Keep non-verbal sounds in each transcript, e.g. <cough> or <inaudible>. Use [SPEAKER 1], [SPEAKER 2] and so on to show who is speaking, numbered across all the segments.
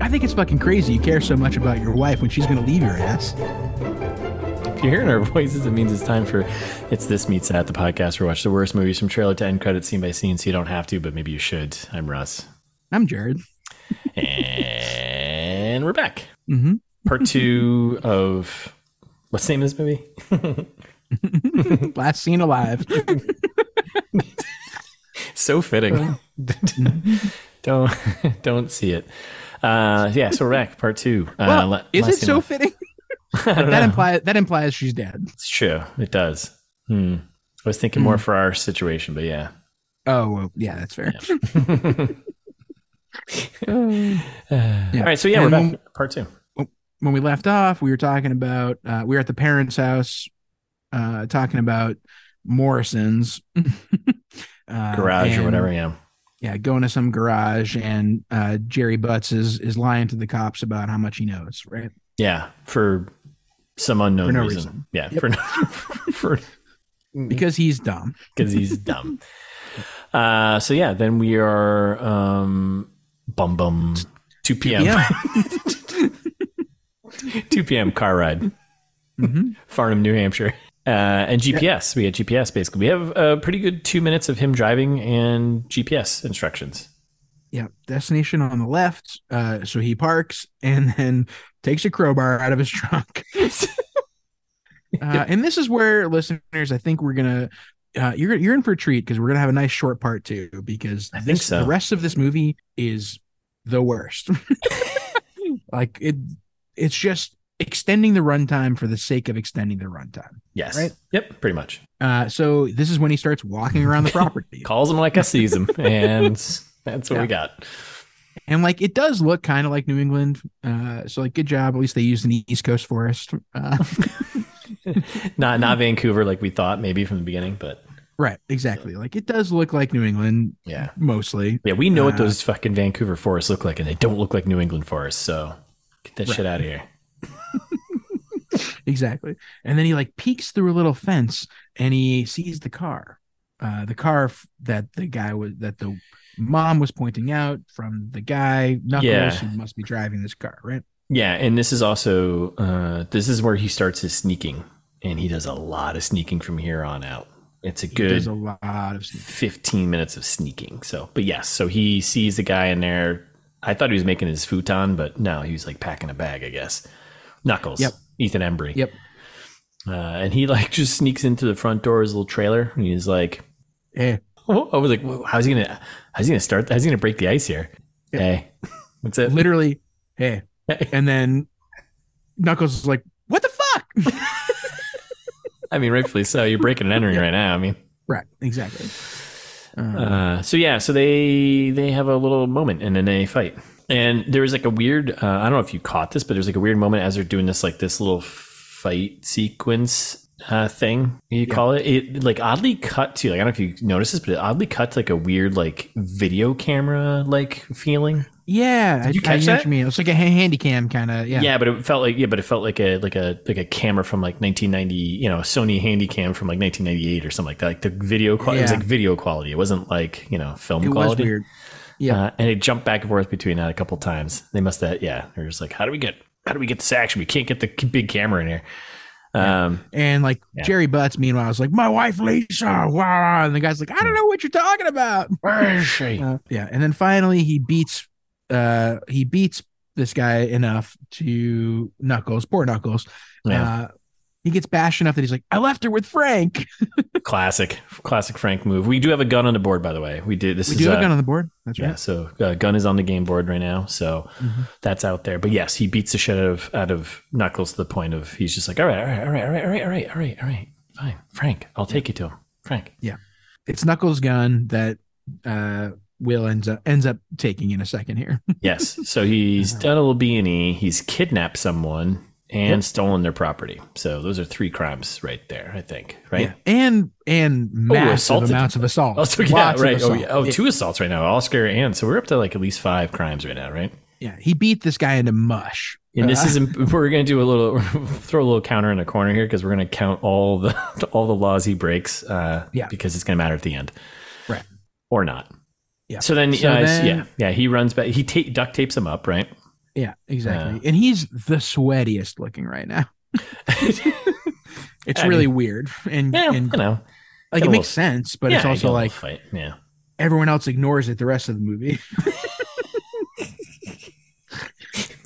[SPEAKER 1] I think it's fucking crazy you care so much about your wife when she's gonna leave your ass.
[SPEAKER 2] If you're hearing our voices, it means it's time for It's This Meets That, the podcast where we watch the worst movies from trailer to end credits, scene by scene, so you don't have to, but maybe you should. I'm Russ.
[SPEAKER 1] I'm
[SPEAKER 2] <laughs>
[SPEAKER 1] Jared.
[SPEAKER 2] and we're back.
[SPEAKER 1] Mm-hmm. <laughs>
[SPEAKER 2] Part two of what's the name of this movie?
[SPEAKER 1] Last seen alive.
[SPEAKER 2] Uh, so fitting.
[SPEAKER 1] Oh.
[SPEAKER 2] <laughs> don't don't see it. Uh, yeah, so we're back. Part two. Uh,
[SPEAKER 1] well,
[SPEAKER 2] la-
[SPEAKER 1] is
[SPEAKER 2] last Uh.
[SPEAKER 1] it
[SPEAKER 2] scene
[SPEAKER 1] so
[SPEAKER 2] left.
[SPEAKER 1] fitting?
[SPEAKER 2] <laughs> I don't
[SPEAKER 1] That
[SPEAKER 2] know.
[SPEAKER 1] implies that implies she's dead.
[SPEAKER 2] It's true. It does. Hmm. I was thinking
[SPEAKER 1] Hmm.
[SPEAKER 2] more for our situation,
[SPEAKER 1] <sighs>
[SPEAKER 2] but yeah.
[SPEAKER 1] Oh well, yeah, that's fair.
[SPEAKER 2] All right. So yeah, we're
[SPEAKER 1] And-
[SPEAKER 2] back. Part two.
[SPEAKER 1] <laughs> When we left off, we were talking about uh, we were at the parents' house, uh, talking about Morrison's <laughs> uh,
[SPEAKER 2] Garage or
[SPEAKER 1] and-
[SPEAKER 2] whatever. Yeah.
[SPEAKER 1] Yeah, going to some garage, and uh, Jerry Butts is is lying to the cops about how much he knows. Right?
[SPEAKER 2] Yeah. For some unknown
[SPEAKER 1] For no
[SPEAKER 2] reason.
[SPEAKER 1] reason.
[SPEAKER 2] Yeah.
[SPEAKER 1] Yep.
[SPEAKER 2] For no, <laughs> for
[SPEAKER 1] Because he's dumb.
[SPEAKER 2] because he's dumb. Uh, so yeah, then we are um, bum bum. Two p.m.
[SPEAKER 1] Yeah.
[SPEAKER 2] <laughs> Two p.m. car ride.
[SPEAKER 1] Mhm.
[SPEAKER 2] Farnham, New Hampshire. Uh, and GPS. We had GPS basically. We have a pretty good two minutes of him driving and GPS instructions.
[SPEAKER 1] Yeah, destination on the left. Uh, so he parks and <laughs> then takes a crowbar out of his
[SPEAKER 2] <laughs>
[SPEAKER 1] trunk. Uh, and this is where listeners, I think we're gonna, uh, you're you're in for a treat because we're gonna have a nice short part too. Because
[SPEAKER 2] I think
[SPEAKER 1] this,
[SPEAKER 2] so.
[SPEAKER 1] the rest of this movie is the worst. <laughs> like it, it's just extending the runtime for the sake of extending the runtime.
[SPEAKER 2] Yes.
[SPEAKER 1] Right.
[SPEAKER 2] Yep. Pretty much.
[SPEAKER 1] Uh, so this is when he starts walking around the
[SPEAKER 2] <laughs>
[SPEAKER 1] property.
[SPEAKER 2] Calls him like I sees him, <laughs> and that's what
[SPEAKER 1] Yeah.
[SPEAKER 2] we got.
[SPEAKER 1] and like it does look kind of like New England. Uh, so like good job. At least they used an East Coast forest. Uh,
[SPEAKER 2] Not not Vancouver like we thought maybe from the beginning, but
[SPEAKER 1] right, exactly. Like it does look like New England
[SPEAKER 2] yeah.
[SPEAKER 1] mostly.
[SPEAKER 2] Yeah, we know what
[SPEAKER 1] Uh,
[SPEAKER 2] those fucking Vancouver forests look like, and they don't look like New England forests. So get that shit out of here.
[SPEAKER 1] Exactly. And then he like peeks through a little fence and he sees the car. Uh, the car f- that the guy was that the mom was pointing out from the guy knuckles
[SPEAKER 2] Yeah.
[SPEAKER 1] who must be driving this car, right?
[SPEAKER 2] Yeah, and this is also uh, this is where he starts his sneaking, and he does a lot of sneaking from here on out. It's a
[SPEAKER 1] There's
[SPEAKER 2] good
[SPEAKER 1] a lot of
[SPEAKER 2] 15 minutes of sneaking. So, but yes, so he sees the guy in there. I thought he was making his futon, but no, he was like packing a bag, I guess. Knuckles.
[SPEAKER 1] Yep.
[SPEAKER 2] Ethan Embry.
[SPEAKER 1] Yep.
[SPEAKER 2] Uh, and he like <laughs> just sneaks into the front door of his little trailer, and he's like, <laughs>
[SPEAKER 1] eh.
[SPEAKER 2] Oh, I was like, "Whoa, how's he gonna? How's he gonna start? How's he gonna break the ice here?
[SPEAKER 1] Yeah.
[SPEAKER 2] Hey, <laughs> that's it.
[SPEAKER 1] literally,
[SPEAKER 2] <laughs>
[SPEAKER 1] hey.
[SPEAKER 2] Hey.
[SPEAKER 1] And then Knuckles is like, "What the fuck?"
[SPEAKER 2] I mean, rightfully so. You're breaking and
[SPEAKER 1] <laughs>
[SPEAKER 2] entering right now. I mean,
[SPEAKER 1] Right, exactly. Uh,
[SPEAKER 2] uh, so yeah. So they they have a little moment and then they fight. And there was like a weird. Uh, I don't know if you caught this, but there's like a weird moment as they're doing this like this little fight sequence uh, thing. You call it it like oddly cut to like I don't know if you noticed this, but it oddly cut to like a weird like video camera like feeling.
[SPEAKER 1] yeah,
[SPEAKER 2] you
[SPEAKER 1] I, I
[SPEAKER 2] catch
[SPEAKER 1] know what
[SPEAKER 2] that?
[SPEAKER 1] you mean. It's like a ha- handy cam kind of. Yeah.
[SPEAKER 2] Yeah. but it felt like yeah, but it felt like a like a like a camera from like 1990, you know, a Sony Handycam from like 1998 or something like that. Like the video quality, it was
[SPEAKER 1] Yeah.
[SPEAKER 2] like video quality. It wasn't like you know film
[SPEAKER 1] it was
[SPEAKER 2] quality.
[SPEAKER 1] weird. yeah.
[SPEAKER 2] Uh, and it jumped back and forth between that a couple times. They must have yeah. They're just like, how do we get how do we get this action? We can't get the c- big camera in here. Um,
[SPEAKER 1] And like
[SPEAKER 2] Yeah.
[SPEAKER 1] Jerry Butts, meanwhile, is like, my wife Lisa, wow. And the guy's like, I don't know what you're talking about.
[SPEAKER 2] where is she?
[SPEAKER 1] Uh, yeah. And then finally he beats uh he beats this guy enough to Knuckles, poor Knuckles.
[SPEAKER 2] Yeah,
[SPEAKER 1] Uh he gets bashed enough that he's like, I left her with Frank.
[SPEAKER 2] classic, classic Frank move. We do have a gun on the board, by the way. We did this.
[SPEAKER 1] We
[SPEAKER 2] is
[SPEAKER 1] do have
[SPEAKER 2] uh,
[SPEAKER 1] a gun on the board. That's
[SPEAKER 2] Yeah,
[SPEAKER 1] right.
[SPEAKER 2] so uh, gun is on the game board right now, so
[SPEAKER 1] Mhm.
[SPEAKER 2] that's out there. But yes, he beats the shit out of out of Knuckles to the point of he's just like, all right, all right, all right, all right, all right, all right, all right, all right, fine, Frank, I'll take you to him, Frank.
[SPEAKER 1] It's Knuckles' gun that uh Will ends up ends up taking in a second here.
[SPEAKER 2] Yes, so
[SPEAKER 1] <laughs>
[SPEAKER 2] he's done a little B and E. He's kidnapped someone and stolen their property. So those are three crimes right there, I think. Right. <laughs> Oh,
[SPEAKER 1] Yeah. And and massive
[SPEAKER 2] assaulted.
[SPEAKER 1] amounts of assault.
[SPEAKER 2] Oh, so yeah,
[SPEAKER 1] Lots of
[SPEAKER 2] right. Oh,
[SPEAKER 1] assault.
[SPEAKER 2] yeah. oh, two assaults right now, Oscar and so we're up to like at least five crimes right now, right?
[SPEAKER 1] yeah. He beat this guy into mush.
[SPEAKER 2] And this
[SPEAKER 1] Uh,
[SPEAKER 2] is <laughs> we're gonna do a little throw a little counter in the corner here because we're gonna count <laughs> all the all the laws he breaks. Uh,
[SPEAKER 1] Yeah.
[SPEAKER 2] because it's gonna matter at the end.
[SPEAKER 1] Right.
[SPEAKER 2] or not.
[SPEAKER 1] Yeah.
[SPEAKER 2] So then,
[SPEAKER 1] So
[SPEAKER 2] uh,
[SPEAKER 1] then-
[SPEAKER 2] yeah, yeah, he runs back. He ta- duct tapes him
[SPEAKER 1] <laughs>
[SPEAKER 2] up, right? <laughs>
[SPEAKER 1] Yeah, exactly.
[SPEAKER 2] Yeah.
[SPEAKER 1] And he's the sweatiest looking right now. It's
[SPEAKER 2] I
[SPEAKER 1] really weird, and
[SPEAKER 2] Yeah,
[SPEAKER 1] and
[SPEAKER 2] you know,
[SPEAKER 1] like
[SPEAKER 2] get
[SPEAKER 1] it
[SPEAKER 2] a
[SPEAKER 1] makes
[SPEAKER 2] little-
[SPEAKER 1] sense, but
[SPEAKER 2] yeah,
[SPEAKER 1] it's
[SPEAKER 2] I get
[SPEAKER 1] also
[SPEAKER 2] a little
[SPEAKER 1] like
[SPEAKER 2] fight. Yeah.
[SPEAKER 1] everyone else ignores it the rest of the movie. <laughs>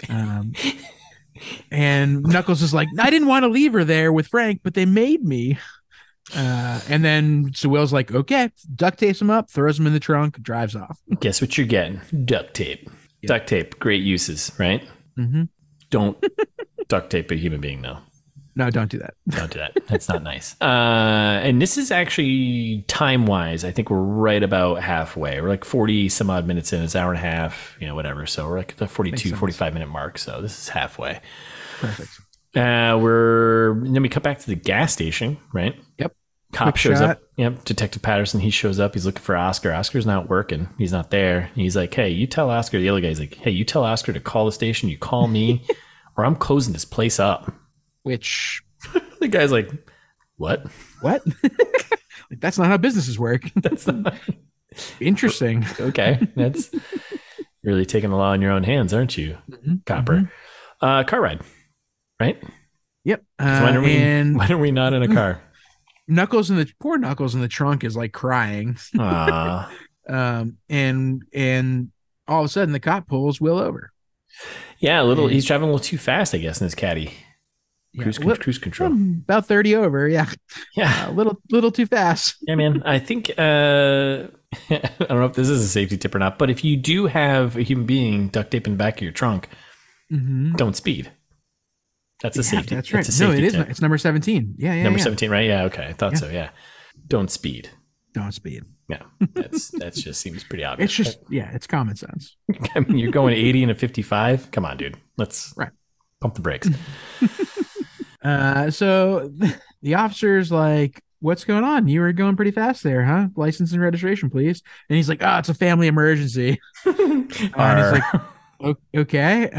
[SPEAKER 1] um, and Knuckles is like, I didn't want to leave her there with Frank, but they made me. Uh, and then so Will's like, okay, duct tapes him up, throws him in the trunk, drives off.
[SPEAKER 2] Guess what you're getting? Duct tape.
[SPEAKER 1] Yeah.
[SPEAKER 2] Duct tape. Great uses, right?
[SPEAKER 1] hmm <laughs>
[SPEAKER 2] Don't duct tape a human being though.
[SPEAKER 1] No, don't do that.
[SPEAKER 2] Don't do that. That's not nice. Uh, and this is actually time wise. I think we're right about halfway. We're like 40 some odd minutes in. It's an hour and a half, you know, whatever. So we're like at the 42,
[SPEAKER 1] sense.
[SPEAKER 2] 45 minute mark. So this is halfway.
[SPEAKER 1] Perfect.
[SPEAKER 2] Uh, we're then we cut back to the gas station, right?
[SPEAKER 1] Yep.
[SPEAKER 2] Cop
[SPEAKER 1] Quick
[SPEAKER 2] shows
[SPEAKER 1] shot.
[SPEAKER 2] up. Yep. Detective Patterson, he shows up. He's looking for Oscar. Oscar's not working. He's not there. And he's like, "Hey, you tell Oscar." The other guy's like, "Hey, you tell Oscar to call the station. You
[SPEAKER 1] <laughs>
[SPEAKER 2] call me, or I'm closing this place up."
[SPEAKER 1] Which
[SPEAKER 2] The guy's like, "What?"
[SPEAKER 1] what? <laughs> like, that's not how businesses work.
[SPEAKER 2] <laughs> That's not
[SPEAKER 1] <laughs> Interesting. <laughs>
[SPEAKER 2] okay. That's really taking the law in your own hands, aren't you,
[SPEAKER 1] Mhm.
[SPEAKER 2] Copper?
[SPEAKER 1] Mhm.
[SPEAKER 2] Uh, car ride,
[SPEAKER 1] <laughs>
[SPEAKER 2] right?
[SPEAKER 1] Yep. Uh,
[SPEAKER 2] 'Cause when are we-
[SPEAKER 1] and
[SPEAKER 2] Why are we not in
[SPEAKER 1] <laughs>
[SPEAKER 2] a car?
[SPEAKER 1] Knuckles in the poor Knuckles in the trunk is like crying.
[SPEAKER 2] Aw.
[SPEAKER 1] um, and and all of a sudden the cop pulls Will over.
[SPEAKER 2] yeah, a little. He's driving a little too fast, I guess, in his caddy.
[SPEAKER 1] Yeah,
[SPEAKER 2] Cruise,
[SPEAKER 1] Will-
[SPEAKER 2] cruise control.
[SPEAKER 1] from about thirty over, yeah,
[SPEAKER 2] Yeah.
[SPEAKER 1] a little little too fast.
[SPEAKER 2] Yeah, man. I think uh, <laughs> I don't know if this is a safety tip or not, but if you do have a human being duct taped in the back of your trunk,
[SPEAKER 1] Mhm.
[SPEAKER 2] don't speed. That's a
[SPEAKER 1] Yeah,
[SPEAKER 2] safety.
[SPEAKER 1] That's right.
[SPEAKER 2] a
[SPEAKER 1] no,
[SPEAKER 2] safety
[SPEAKER 1] it is.
[SPEAKER 2] tip.
[SPEAKER 1] not- It's number seventeen. Yeah, yeah.
[SPEAKER 2] Number
[SPEAKER 1] yeah.
[SPEAKER 2] seventeen, right? Yeah. Okay, I thought
[SPEAKER 1] Yeah.
[SPEAKER 2] so. Yeah. Don't speed.
[SPEAKER 1] Don't speed.
[SPEAKER 2] Yeah,
[SPEAKER 1] <laughs>
[SPEAKER 2] that's that just seems pretty obvious.
[SPEAKER 1] It's just yeah, it's common sense.
[SPEAKER 2] <laughs> I mean, you're going 80 and a 55. Come on, dude. Let's
[SPEAKER 1] Right.
[SPEAKER 2] pump the
[SPEAKER 1] <laughs>
[SPEAKER 2] brakes.
[SPEAKER 1] Uh, so <laughs> the officer's like, "What's going on? You were going pretty fast there, huh? License and registration, please." And he's like, "Oh, it's a family emergency." <laughs> and he's
[SPEAKER 2] Arr. <laughs>
[SPEAKER 1] like, "O- okay. Uh,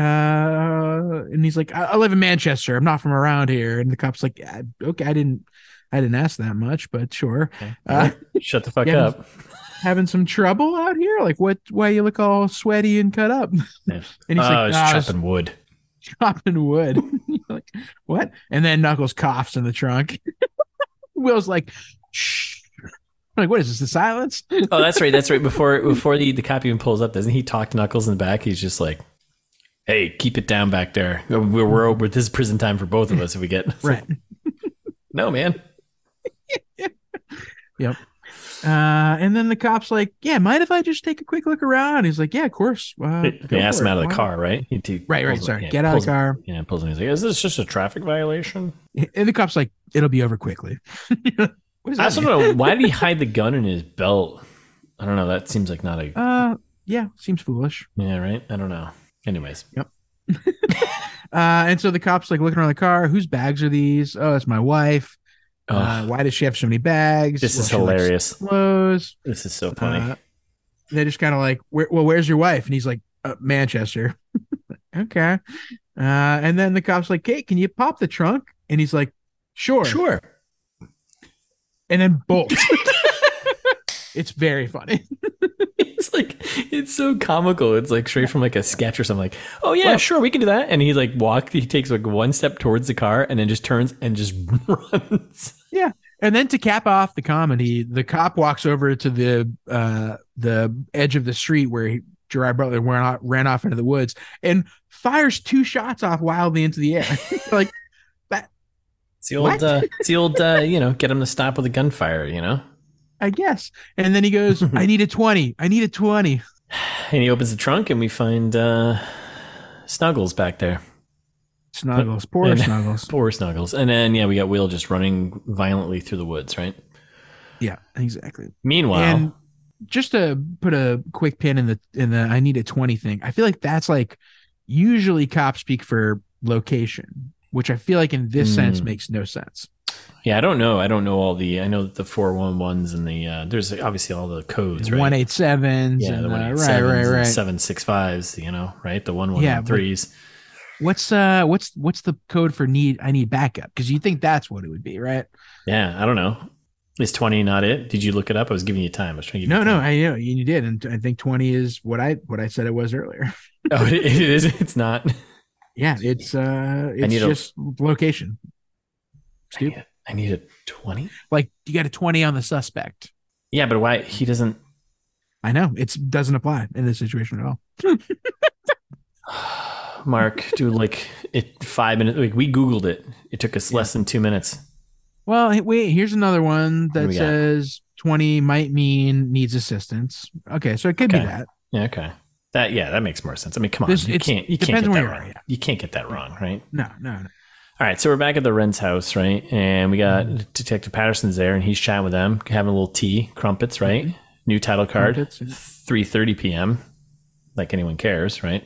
[SPEAKER 1] and he's like, I-, I live in Manchester. I'm not from around here. And the cop's like, "Yeah, okay, I didn't, I didn't ask that much, but sure.
[SPEAKER 2] Okay.
[SPEAKER 1] Uh,
[SPEAKER 2] <laughs> Shut the fuck
[SPEAKER 1] yeah,
[SPEAKER 2] up.
[SPEAKER 1] Having some trouble out here. Like, what? Why you look all sweaty and cut up? <laughs> And
[SPEAKER 2] And
[SPEAKER 1] he's
[SPEAKER 2] oh,
[SPEAKER 1] like,
[SPEAKER 2] it's
[SPEAKER 1] "Ah, I was
[SPEAKER 2] chopping wood.
[SPEAKER 1] chopping wood. <laughs> You're like, what? And then Knuckles coughs in the trunk. <laughs> Will's like, shh. I'm like, what is this? The silence?
[SPEAKER 2] Oh, that's right. That's right. Before before the the cop even pulls up, doesn't he talk to Knuckles in the back? He's just like, "Hey, keep it down back there. We're we're, over this is prison time for both of us if we get It's like,
[SPEAKER 1] <laughs> Right.
[SPEAKER 2] no, man.
[SPEAKER 1] Uh, and then the cop's like, yeah, mind if I just take a quick look around? He's like, yeah, of course. Uh, go
[SPEAKER 2] They ask
[SPEAKER 1] for
[SPEAKER 2] him
[SPEAKER 1] it.
[SPEAKER 2] out of
[SPEAKER 1] Why
[SPEAKER 2] the car, right? He, he
[SPEAKER 1] Right, right.
[SPEAKER 2] pulls-
[SPEAKER 1] Sorry.
[SPEAKER 2] yeah,
[SPEAKER 1] Get out of
[SPEAKER 2] pulls-
[SPEAKER 1] the car.
[SPEAKER 2] Yeah, pulls him. He's like, "Is this just a traffic violation?"
[SPEAKER 1] And the cop's like, it'll be over quickly. <laughs> what is that?
[SPEAKER 2] I also
[SPEAKER 1] mean?
[SPEAKER 2] don't know why did he hide the gun in his belt. I don't know. That seems like not a
[SPEAKER 1] Uh, yeah, seems foolish.
[SPEAKER 2] yeah, right? I don't know. Anyways,
[SPEAKER 1] Uh, and so the cop's like looking around the car. Whose bags are these? Oh, it's my wife. Uh,
[SPEAKER 2] Ugh,
[SPEAKER 1] why does she have so many bags?
[SPEAKER 2] Oh. this
[SPEAKER 1] Well,
[SPEAKER 2] is
[SPEAKER 1] she likes
[SPEAKER 2] hilarious.
[SPEAKER 1] Clothes.
[SPEAKER 2] This is so funny.
[SPEAKER 1] Uh, they're just kind of like, where, well, where's your wife? And he's like, uh, Manchester. <laughs> okay. Uh, and then the cop's like, Kate, can you pop the trunk? And he's like, Uh, sure.
[SPEAKER 2] sure.
[SPEAKER 1] And then bolts. <laughs> it's very funny.
[SPEAKER 2] <laughs> it's like it's so comical. It's like straight from like a sketch or something. Like, oh yeah,
[SPEAKER 1] Well-
[SPEAKER 2] sure, we can do that. And he like walked. He takes like one step towards the car and then just turns and just <laughs> runs.
[SPEAKER 1] And then to cap off the comedy, the cop walks over to the uh, the edge of the street where he, Gerard Butler ran off, ran off into the woods and fires two shots off wildly into the air. <laughs> like,
[SPEAKER 2] It's the old,
[SPEAKER 1] What?
[SPEAKER 2] uh, it's the old, uh, you know, get him to stop with a gunfire. You know.
[SPEAKER 1] I guess. And then he goes, I need a 20. I need a 20.
[SPEAKER 2] And he opens the trunk and we find uh, Snuggles back there.
[SPEAKER 1] Snuggles, poor
[SPEAKER 2] and- <laughs>
[SPEAKER 1] Snuggles.
[SPEAKER 2] Poor Snuggles. And then yeah, we got Will just running violently through the woods. Right.
[SPEAKER 1] Yeah, exactly.
[SPEAKER 2] Meanwhile,
[SPEAKER 1] And just to put a quick pin in the in the I need a 20 thing. I feel like that's like usually cops speak for location, which I feel like in this sense
[SPEAKER 2] Mm.
[SPEAKER 1] makes no sense.
[SPEAKER 2] yeah, I don't know. I don't know all the. I know that the four one ones and the uh, there's obviously all the codes.
[SPEAKER 1] The
[SPEAKER 2] Right.
[SPEAKER 1] 187s
[SPEAKER 2] yeah,
[SPEAKER 1] and
[SPEAKER 2] the
[SPEAKER 1] the,
[SPEAKER 2] one
[SPEAKER 1] right,
[SPEAKER 2] eight
[SPEAKER 1] right,
[SPEAKER 2] sevens and
[SPEAKER 1] right.
[SPEAKER 2] seven six fives, you know, right? The one one
[SPEAKER 1] Yeah,
[SPEAKER 2] yeah,
[SPEAKER 1] but-
[SPEAKER 2] threes.
[SPEAKER 1] What's uh what's what's the code for need I need backup? Because you think that's what it would be, right?
[SPEAKER 2] Yeah, I don't know. Is 20 not it? Did you look it up? I was giving you time. I was trying to give
[SPEAKER 1] No,
[SPEAKER 2] you
[SPEAKER 1] no,
[SPEAKER 2] time.
[SPEAKER 1] I know you did, and I think twenty is what I what I said it was earlier. <laughs>
[SPEAKER 2] Oh, it, it is. It's not.
[SPEAKER 1] Yeah, it's uh, it's
[SPEAKER 2] need to-
[SPEAKER 1] just location.
[SPEAKER 2] I
[SPEAKER 1] Stupid.
[SPEAKER 2] need, I need a 20.
[SPEAKER 1] Like you got a twenty on the suspect.
[SPEAKER 2] Yeah, but why he doesn't? <sighs>
[SPEAKER 1] I know it doesn't apply in this situation at all.
[SPEAKER 2] Mark, dude, like it five minutes. Like we Googled it. It took us less than two minutes.
[SPEAKER 1] Well, hey, wait, here's another one
[SPEAKER 2] do
[SPEAKER 1] that
[SPEAKER 2] we got?
[SPEAKER 1] says 20 might mean needs assistance. Okay, so it could
[SPEAKER 2] Okay.
[SPEAKER 1] be that.
[SPEAKER 2] Yeah, okay. That yeah, that makes more sense. I mean, come on,
[SPEAKER 1] This-
[SPEAKER 2] you
[SPEAKER 1] it's-
[SPEAKER 2] can't you can't
[SPEAKER 1] depends
[SPEAKER 2] get
[SPEAKER 1] where
[SPEAKER 2] that
[SPEAKER 1] you are,
[SPEAKER 2] wrong.
[SPEAKER 1] yeah.
[SPEAKER 2] You can't get that wrong, right?
[SPEAKER 1] No, no, no.
[SPEAKER 2] All right, so we're back at the Wren's house, right? And we
[SPEAKER 1] Mm-hmm.
[SPEAKER 2] got Detective Patterson's there, and he's chatting with them, having a little tea, crumpets, right? New title card,
[SPEAKER 1] Crumpets, yeah.
[SPEAKER 2] three thirty p.m. Like anyone cares, right?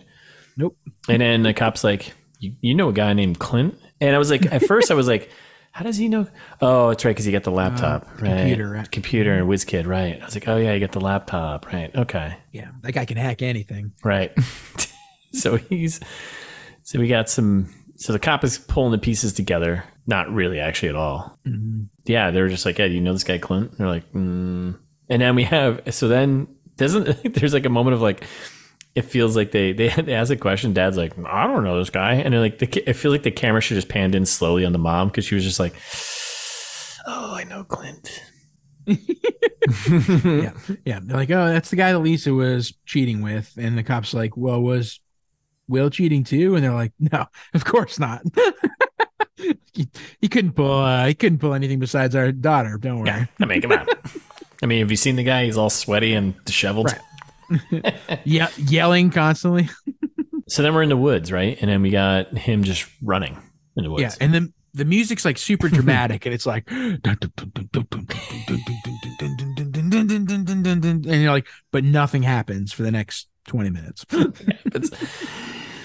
[SPEAKER 1] Nope.
[SPEAKER 2] And then the cop's like, you, "You know a guy named Clint?" And I was like, at first, I was like, <laughs> "How does he know?" Oh, it's right because he got the laptop, right?
[SPEAKER 1] Uh, computer, right.
[SPEAKER 2] computer, and WizKid, right? I was like, "Oh yeah, he got the laptop, right? Okay,
[SPEAKER 1] Yeah, that guy can hack anything.
[SPEAKER 2] Right. <laughs> so he's so we got some so the cop is pulling the pieces together. Not really actually at all.
[SPEAKER 1] Mhm.
[SPEAKER 2] Yeah, they were just like, Yeah, do you know this guy Clint? And they're like, mm. And then we have so then doesn't <laughs> there's like a moment of like it feels like they, <laughs> they they ask a question. Dad's like, I don't know this guy, and they're like, the, ca- I feel like the camera should just panned in slowly on the mom because she was just like, Oh, I know Clint. <laughs>
[SPEAKER 1] Yeah. Yeah, they're like, oh, that's the guy that Lisa was cheating with. And the cop's like, well, was Will cheating too? And they're like, no, <laughs> of course not. he, he couldn't pull uh, he couldn't pull anything besides our daughter. Don't worry.
[SPEAKER 2] I mean, come on. <laughs> I mean, have you seen the guy? He's all sweaty and disheveled.
[SPEAKER 1] Right. Yeah, yelling constantly.
[SPEAKER 2] So then we're in the woods, right? And then we got him just running in the
[SPEAKER 1] Yeah,
[SPEAKER 2] woods.
[SPEAKER 1] and then the music's like
[SPEAKER 2] <laughs>
[SPEAKER 1] super dramatic, and it's like, and you're like, but nothing happens for the next twenty minutes.
[SPEAKER 2] <laughs>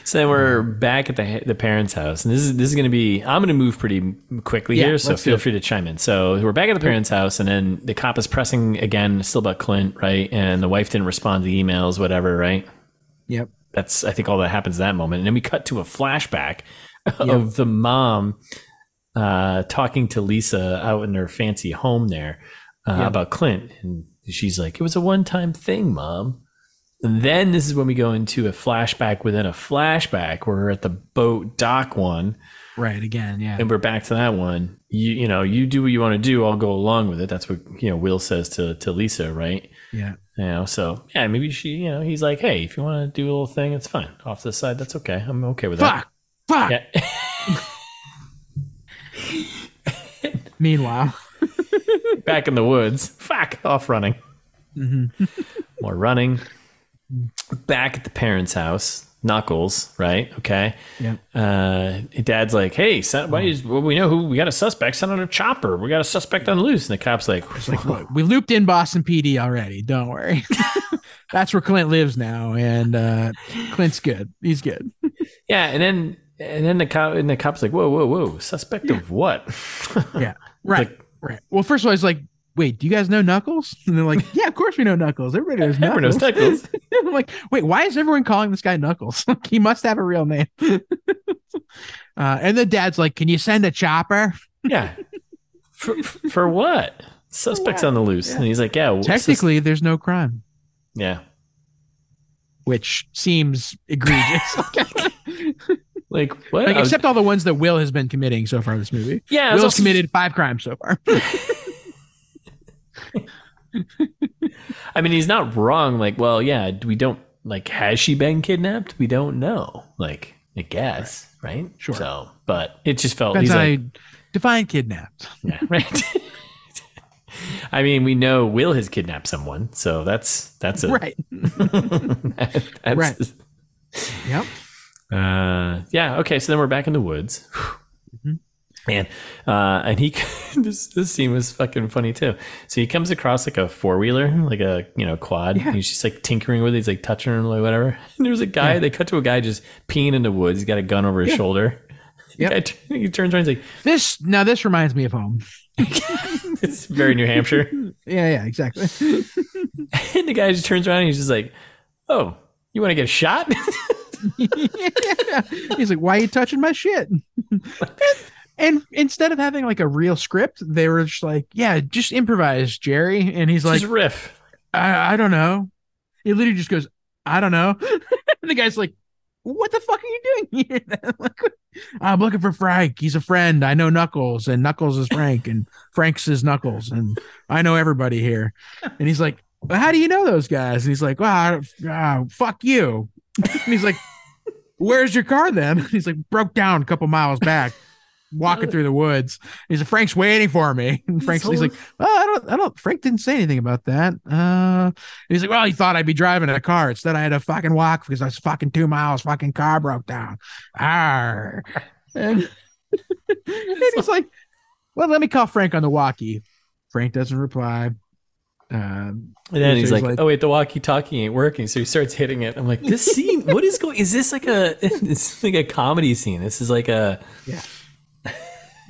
[SPEAKER 2] So then we're back at the the parents' house, and this is this is going to be. I'm going to move pretty quickly
[SPEAKER 1] Yeah,
[SPEAKER 2] here, so
[SPEAKER 1] let's do
[SPEAKER 2] feel
[SPEAKER 1] it.
[SPEAKER 2] free to chime in. So we're back at the parents' house, and then the cop is pressing again, still about Clint, right? And the wife didn't respond to the emails, whatever, right?
[SPEAKER 1] Yep.
[SPEAKER 2] That's I think all that happens at that moment, and then we cut to a flashback <laughs>
[SPEAKER 1] Yeah.
[SPEAKER 2] of the mom uh, talking to Lisa out in her fancy home there uh,
[SPEAKER 1] Yeah.
[SPEAKER 2] about Clint, and she's like, "It was a one-time thing, mom." And then this is when we go into a flashback within a flashback where we're at the boat dock one
[SPEAKER 1] Right again. Yeah.
[SPEAKER 2] and we're back to that one. You you know, you do what you want to do, I'll go along with it. That's what you know Will says to to Lisa, right?
[SPEAKER 1] Yeah.
[SPEAKER 2] You know, so yeah, maybe she, you know, he's like, Hey, if you want to do a little thing, it's fine. Off to the side, that's okay. I'm okay with that.
[SPEAKER 1] Fuck. Fuck.
[SPEAKER 2] Yeah. <laughs>
[SPEAKER 1] Meanwhile,
[SPEAKER 2] back in the woods. Fuck, off running.
[SPEAKER 1] Mhm.
[SPEAKER 2] More running. Back at the parents' house. Knuckles, right? Okay.
[SPEAKER 1] Yeah.
[SPEAKER 2] Uh, dad's like, "Hey, son, why is, well, we know who we got a suspect. Send out a chopper. We got a suspect on loose." And the cop's like, <laughs>
[SPEAKER 1] it's like look, we looped in Boston PD already. Don't worry. <laughs> That's where Clint lives now, and uh, Clint's good. He's good.
[SPEAKER 2] "Yeah." And then and then the cop and the cop's like, "Whoa, whoa, whoa! Suspect of what?" <laughs>
[SPEAKER 1] Right.
[SPEAKER 2] Like-
[SPEAKER 1] right. Well, first of all, he's like. Wait, do you guys know Knuckles? And they're
[SPEAKER 2] <laughs>
[SPEAKER 1] like, Yeah, of course we know Knuckles. Everybody knows
[SPEAKER 2] Everyone knows Knuckles.
[SPEAKER 1] I'm <laughs> like, wait, why is everyone calling this guy Knuckles? <laughs> Like, he must have a real name. <laughs> uh, and the dad's like, can you send a chopper?
[SPEAKER 2] yeah. For, for what? Suspects on the loose. And he's like, "Yeah, well, sus-
[SPEAKER 1] Technically, there's no crime,
[SPEAKER 2] yeah."
[SPEAKER 1] which seems
[SPEAKER 2] <laughs>
[SPEAKER 1] egregious. <laughs>
[SPEAKER 2] Like what?
[SPEAKER 1] like,
[SPEAKER 2] I was-
[SPEAKER 1] except all the ones that Will has been committing so far in this movie.
[SPEAKER 2] yeah, I was
[SPEAKER 1] Will's
[SPEAKER 2] also-
[SPEAKER 1] committed five crimes so far. <laughs>
[SPEAKER 2] I mean, he's not wrong. Like, well, yeah, we don't like. Has she been kidnapped? We don't know. Like, I guess, right?
[SPEAKER 1] Sure.
[SPEAKER 2] So, but it just felt.
[SPEAKER 1] Depends
[SPEAKER 2] He's
[SPEAKER 1] how
[SPEAKER 2] like,
[SPEAKER 1] you define kidnapped.
[SPEAKER 2] yeah, right. <laughs> I mean, we know Will has kidnapped someone, so that's that's a
[SPEAKER 1] Right.
[SPEAKER 2] <laughs> that's,
[SPEAKER 1] Right. Yep.
[SPEAKER 2] Uh, yeah. Okay. So then we're back in the woods. <sighs> Whew.
[SPEAKER 1] Mhm.
[SPEAKER 2] Man, uh, and he <laughs> this this scene was fucking funny too. So he comes across like a four wheeler, like a you know quad.
[SPEAKER 1] Yeah.
[SPEAKER 2] He's just like tinkering with it. He's like touching him, like whatever. <laughs> And there's a guy. They cut to a guy just peeing in the woods. He's got a gun over his
[SPEAKER 1] Yeah.
[SPEAKER 2] shoulder. <laughs> The
[SPEAKER 1] Yep.
[SPEAKER 2] guy t- he turns around. He's like,
[SPEAKER 1] This now this reminds me of home.
[SPEAKER 2] "It's very New Hampshire."
[SPEAKER 1] <laughs> Yeah, yeah, exactly. <laughs>
[SPEAKER 2] and the guy just turns around. and He's just like, "Oh, you want to get shot?" <laughs>
[SPEAKER 1] <laughs> He's like, why are you touching my shit? and, And instead of having like a real script, they were just like, "Yeah, just improvise, Jerry." And he's like,
[SPEAKER 2] just riff.
[SPEAKER 1] I, I don't know. He literally just goes, I don't know. and the guy's like, What the fuck are you doing <laughs> here? like, I'm looking for Frank. He's a friend. I know Knuckles, and Knuckles is Frank, and Frank's is Knuckles, and I know everybody here. And he's like, well, How do you know those guys? And he's like, Well, I don't- ah, fuck you. <laughs> and he's like, Where's your car then? <laughs> And he's like, Broke down a couple miles back. Walking through the woods, he's like, Frank's waiting for me. <laughs> And Frank's he's like, well, Uh, I don't, I don't, Frank didn't say anything about that. Uh, and he's like, well, he thought I'd be driving a car. Instead, I had to fucking walk because I was fucking two miles, fucking car broke down. Arr. <laughs> And, and he's like, well, let me call Frank on the walkie. Frank doesn't reply. Um,
[SPEAKER 2] And then
[SPEAKER 1] So
[SPEAKER 2] he's
[SPEAKER 1] he's
[SPEAKER 2] like,
[SPEAKER 1] like-
[SPEAKER 2] "Oh wait, the walkie-talkie ain't working." So he starts hitting it. I'm like, "This scene, what is going? Is this like a? <laughs> It's like a comedy scene. This is like a.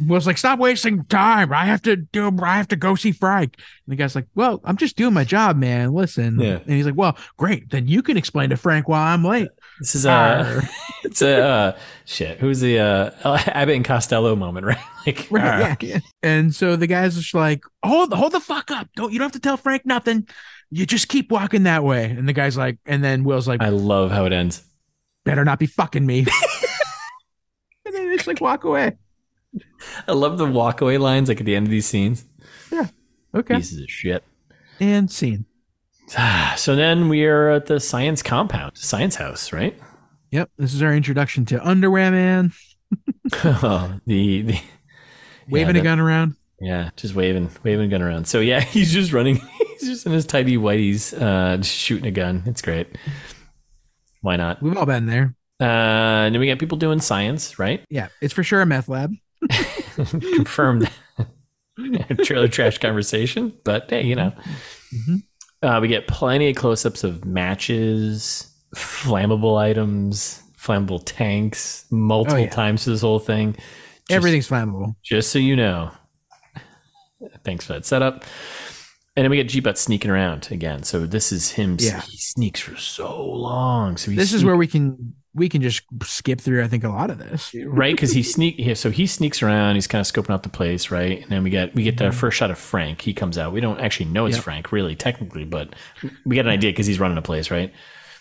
[SPEAKER 1] was like, stop wasting time. I have to do, I have to go see Frank. And the guy's like, well, I'm just doing my job, man. Listen.
[SPEAKER 2] Yeah.
[SPEAKER 1] And he's like, well, great. Then you can explain to Frank why I'm late.
[SPEAKER 2] This is
[SPEAKER 1] Ah.
[SPEAKER 2] a. <laughs> It's a uh, shit. Who's the uh, <laughs> Abbott and Costello moment, <laughs> right? Like,
[SPEAKER 1] Right, yeah. <laughs> And so the guy's just like, hold, hold the fuck up. Don't you don't have to tell Frank nothing. You just keep walking that way. And the guy's like, and then Will's like,
[SPEAKER 2] I love how it ends.
[SPEAKER 1] better not be fucking
[SPEAKER 2] <laughs>
[SPEAKER 1] me. <laughs> and then they just like walk away.
[SPEAKER 2] I love the walkaway lines, like at the end of these scenes.
[SPEAKER 1] Okay.
[SPEAKER 2] Pieces of shit.
[SPEAKER 1] And scene.
[SPEAKER 2] <sighs> So then we are at the science compound, science house, right? <laughs>
[SPEAKER 1] Yep. This is our introduction to Underwear Man
[SPEAKER 2] the the
[SPEAKER 1] waving
[SPEAKER 2] yeah,
[SPEAKER 1] a gun around.
[SPEAKER 2] the- yeah, just waving, waving a gun around. So yeah, <laughs> he's just running. He's just in his tidy whities, uh, just shooting a gun. It's great. Why not?
[SPEAKER 1] We've all been there.
[SPEAKER 2] Uh, and then we got people doing science, right? <laughs>
[SPEAKER 1] Yeah. It's for sure a meth lab.
[SPEAKER 2] Confirmed. <laughs> Trailer trash conversation, but hey, you know,
[SPEAKER 1] Mhm.
[SPEAKER 2] uh, we get plenty of close-ups of matches, flammable items, flammable tanks, multiple
[SPEAKER 1] yeah.
[SPEAKER 2] times this whole thing. Just-
[SPEAKER 1] Everything's flammable.
[SPEAKER 2] just so you know. Thanks for that setup. And then we get G Butt sneaking around again. So this is him.
[SPEAKER 1] Yeah.
[SPEAKER 2] He sneaks for so long. So he
[SPEAKER 1] This is
[SPEAKER 2] sneak-
[SPEAKER 1] where we can we can just skip through, I think, a lot of this.
[SPEAKER 2] <laughs> right because he sneak. Yeah, so he sneaks around. He's kind of scoping out the place, right? And then we get we get the first shot of Frank. He comes out. We don't actually know it's
[SPEAKER 1] Yep.
[SPEAKER 2] Frank, really, technically, but we get an idea because he's running the place, right?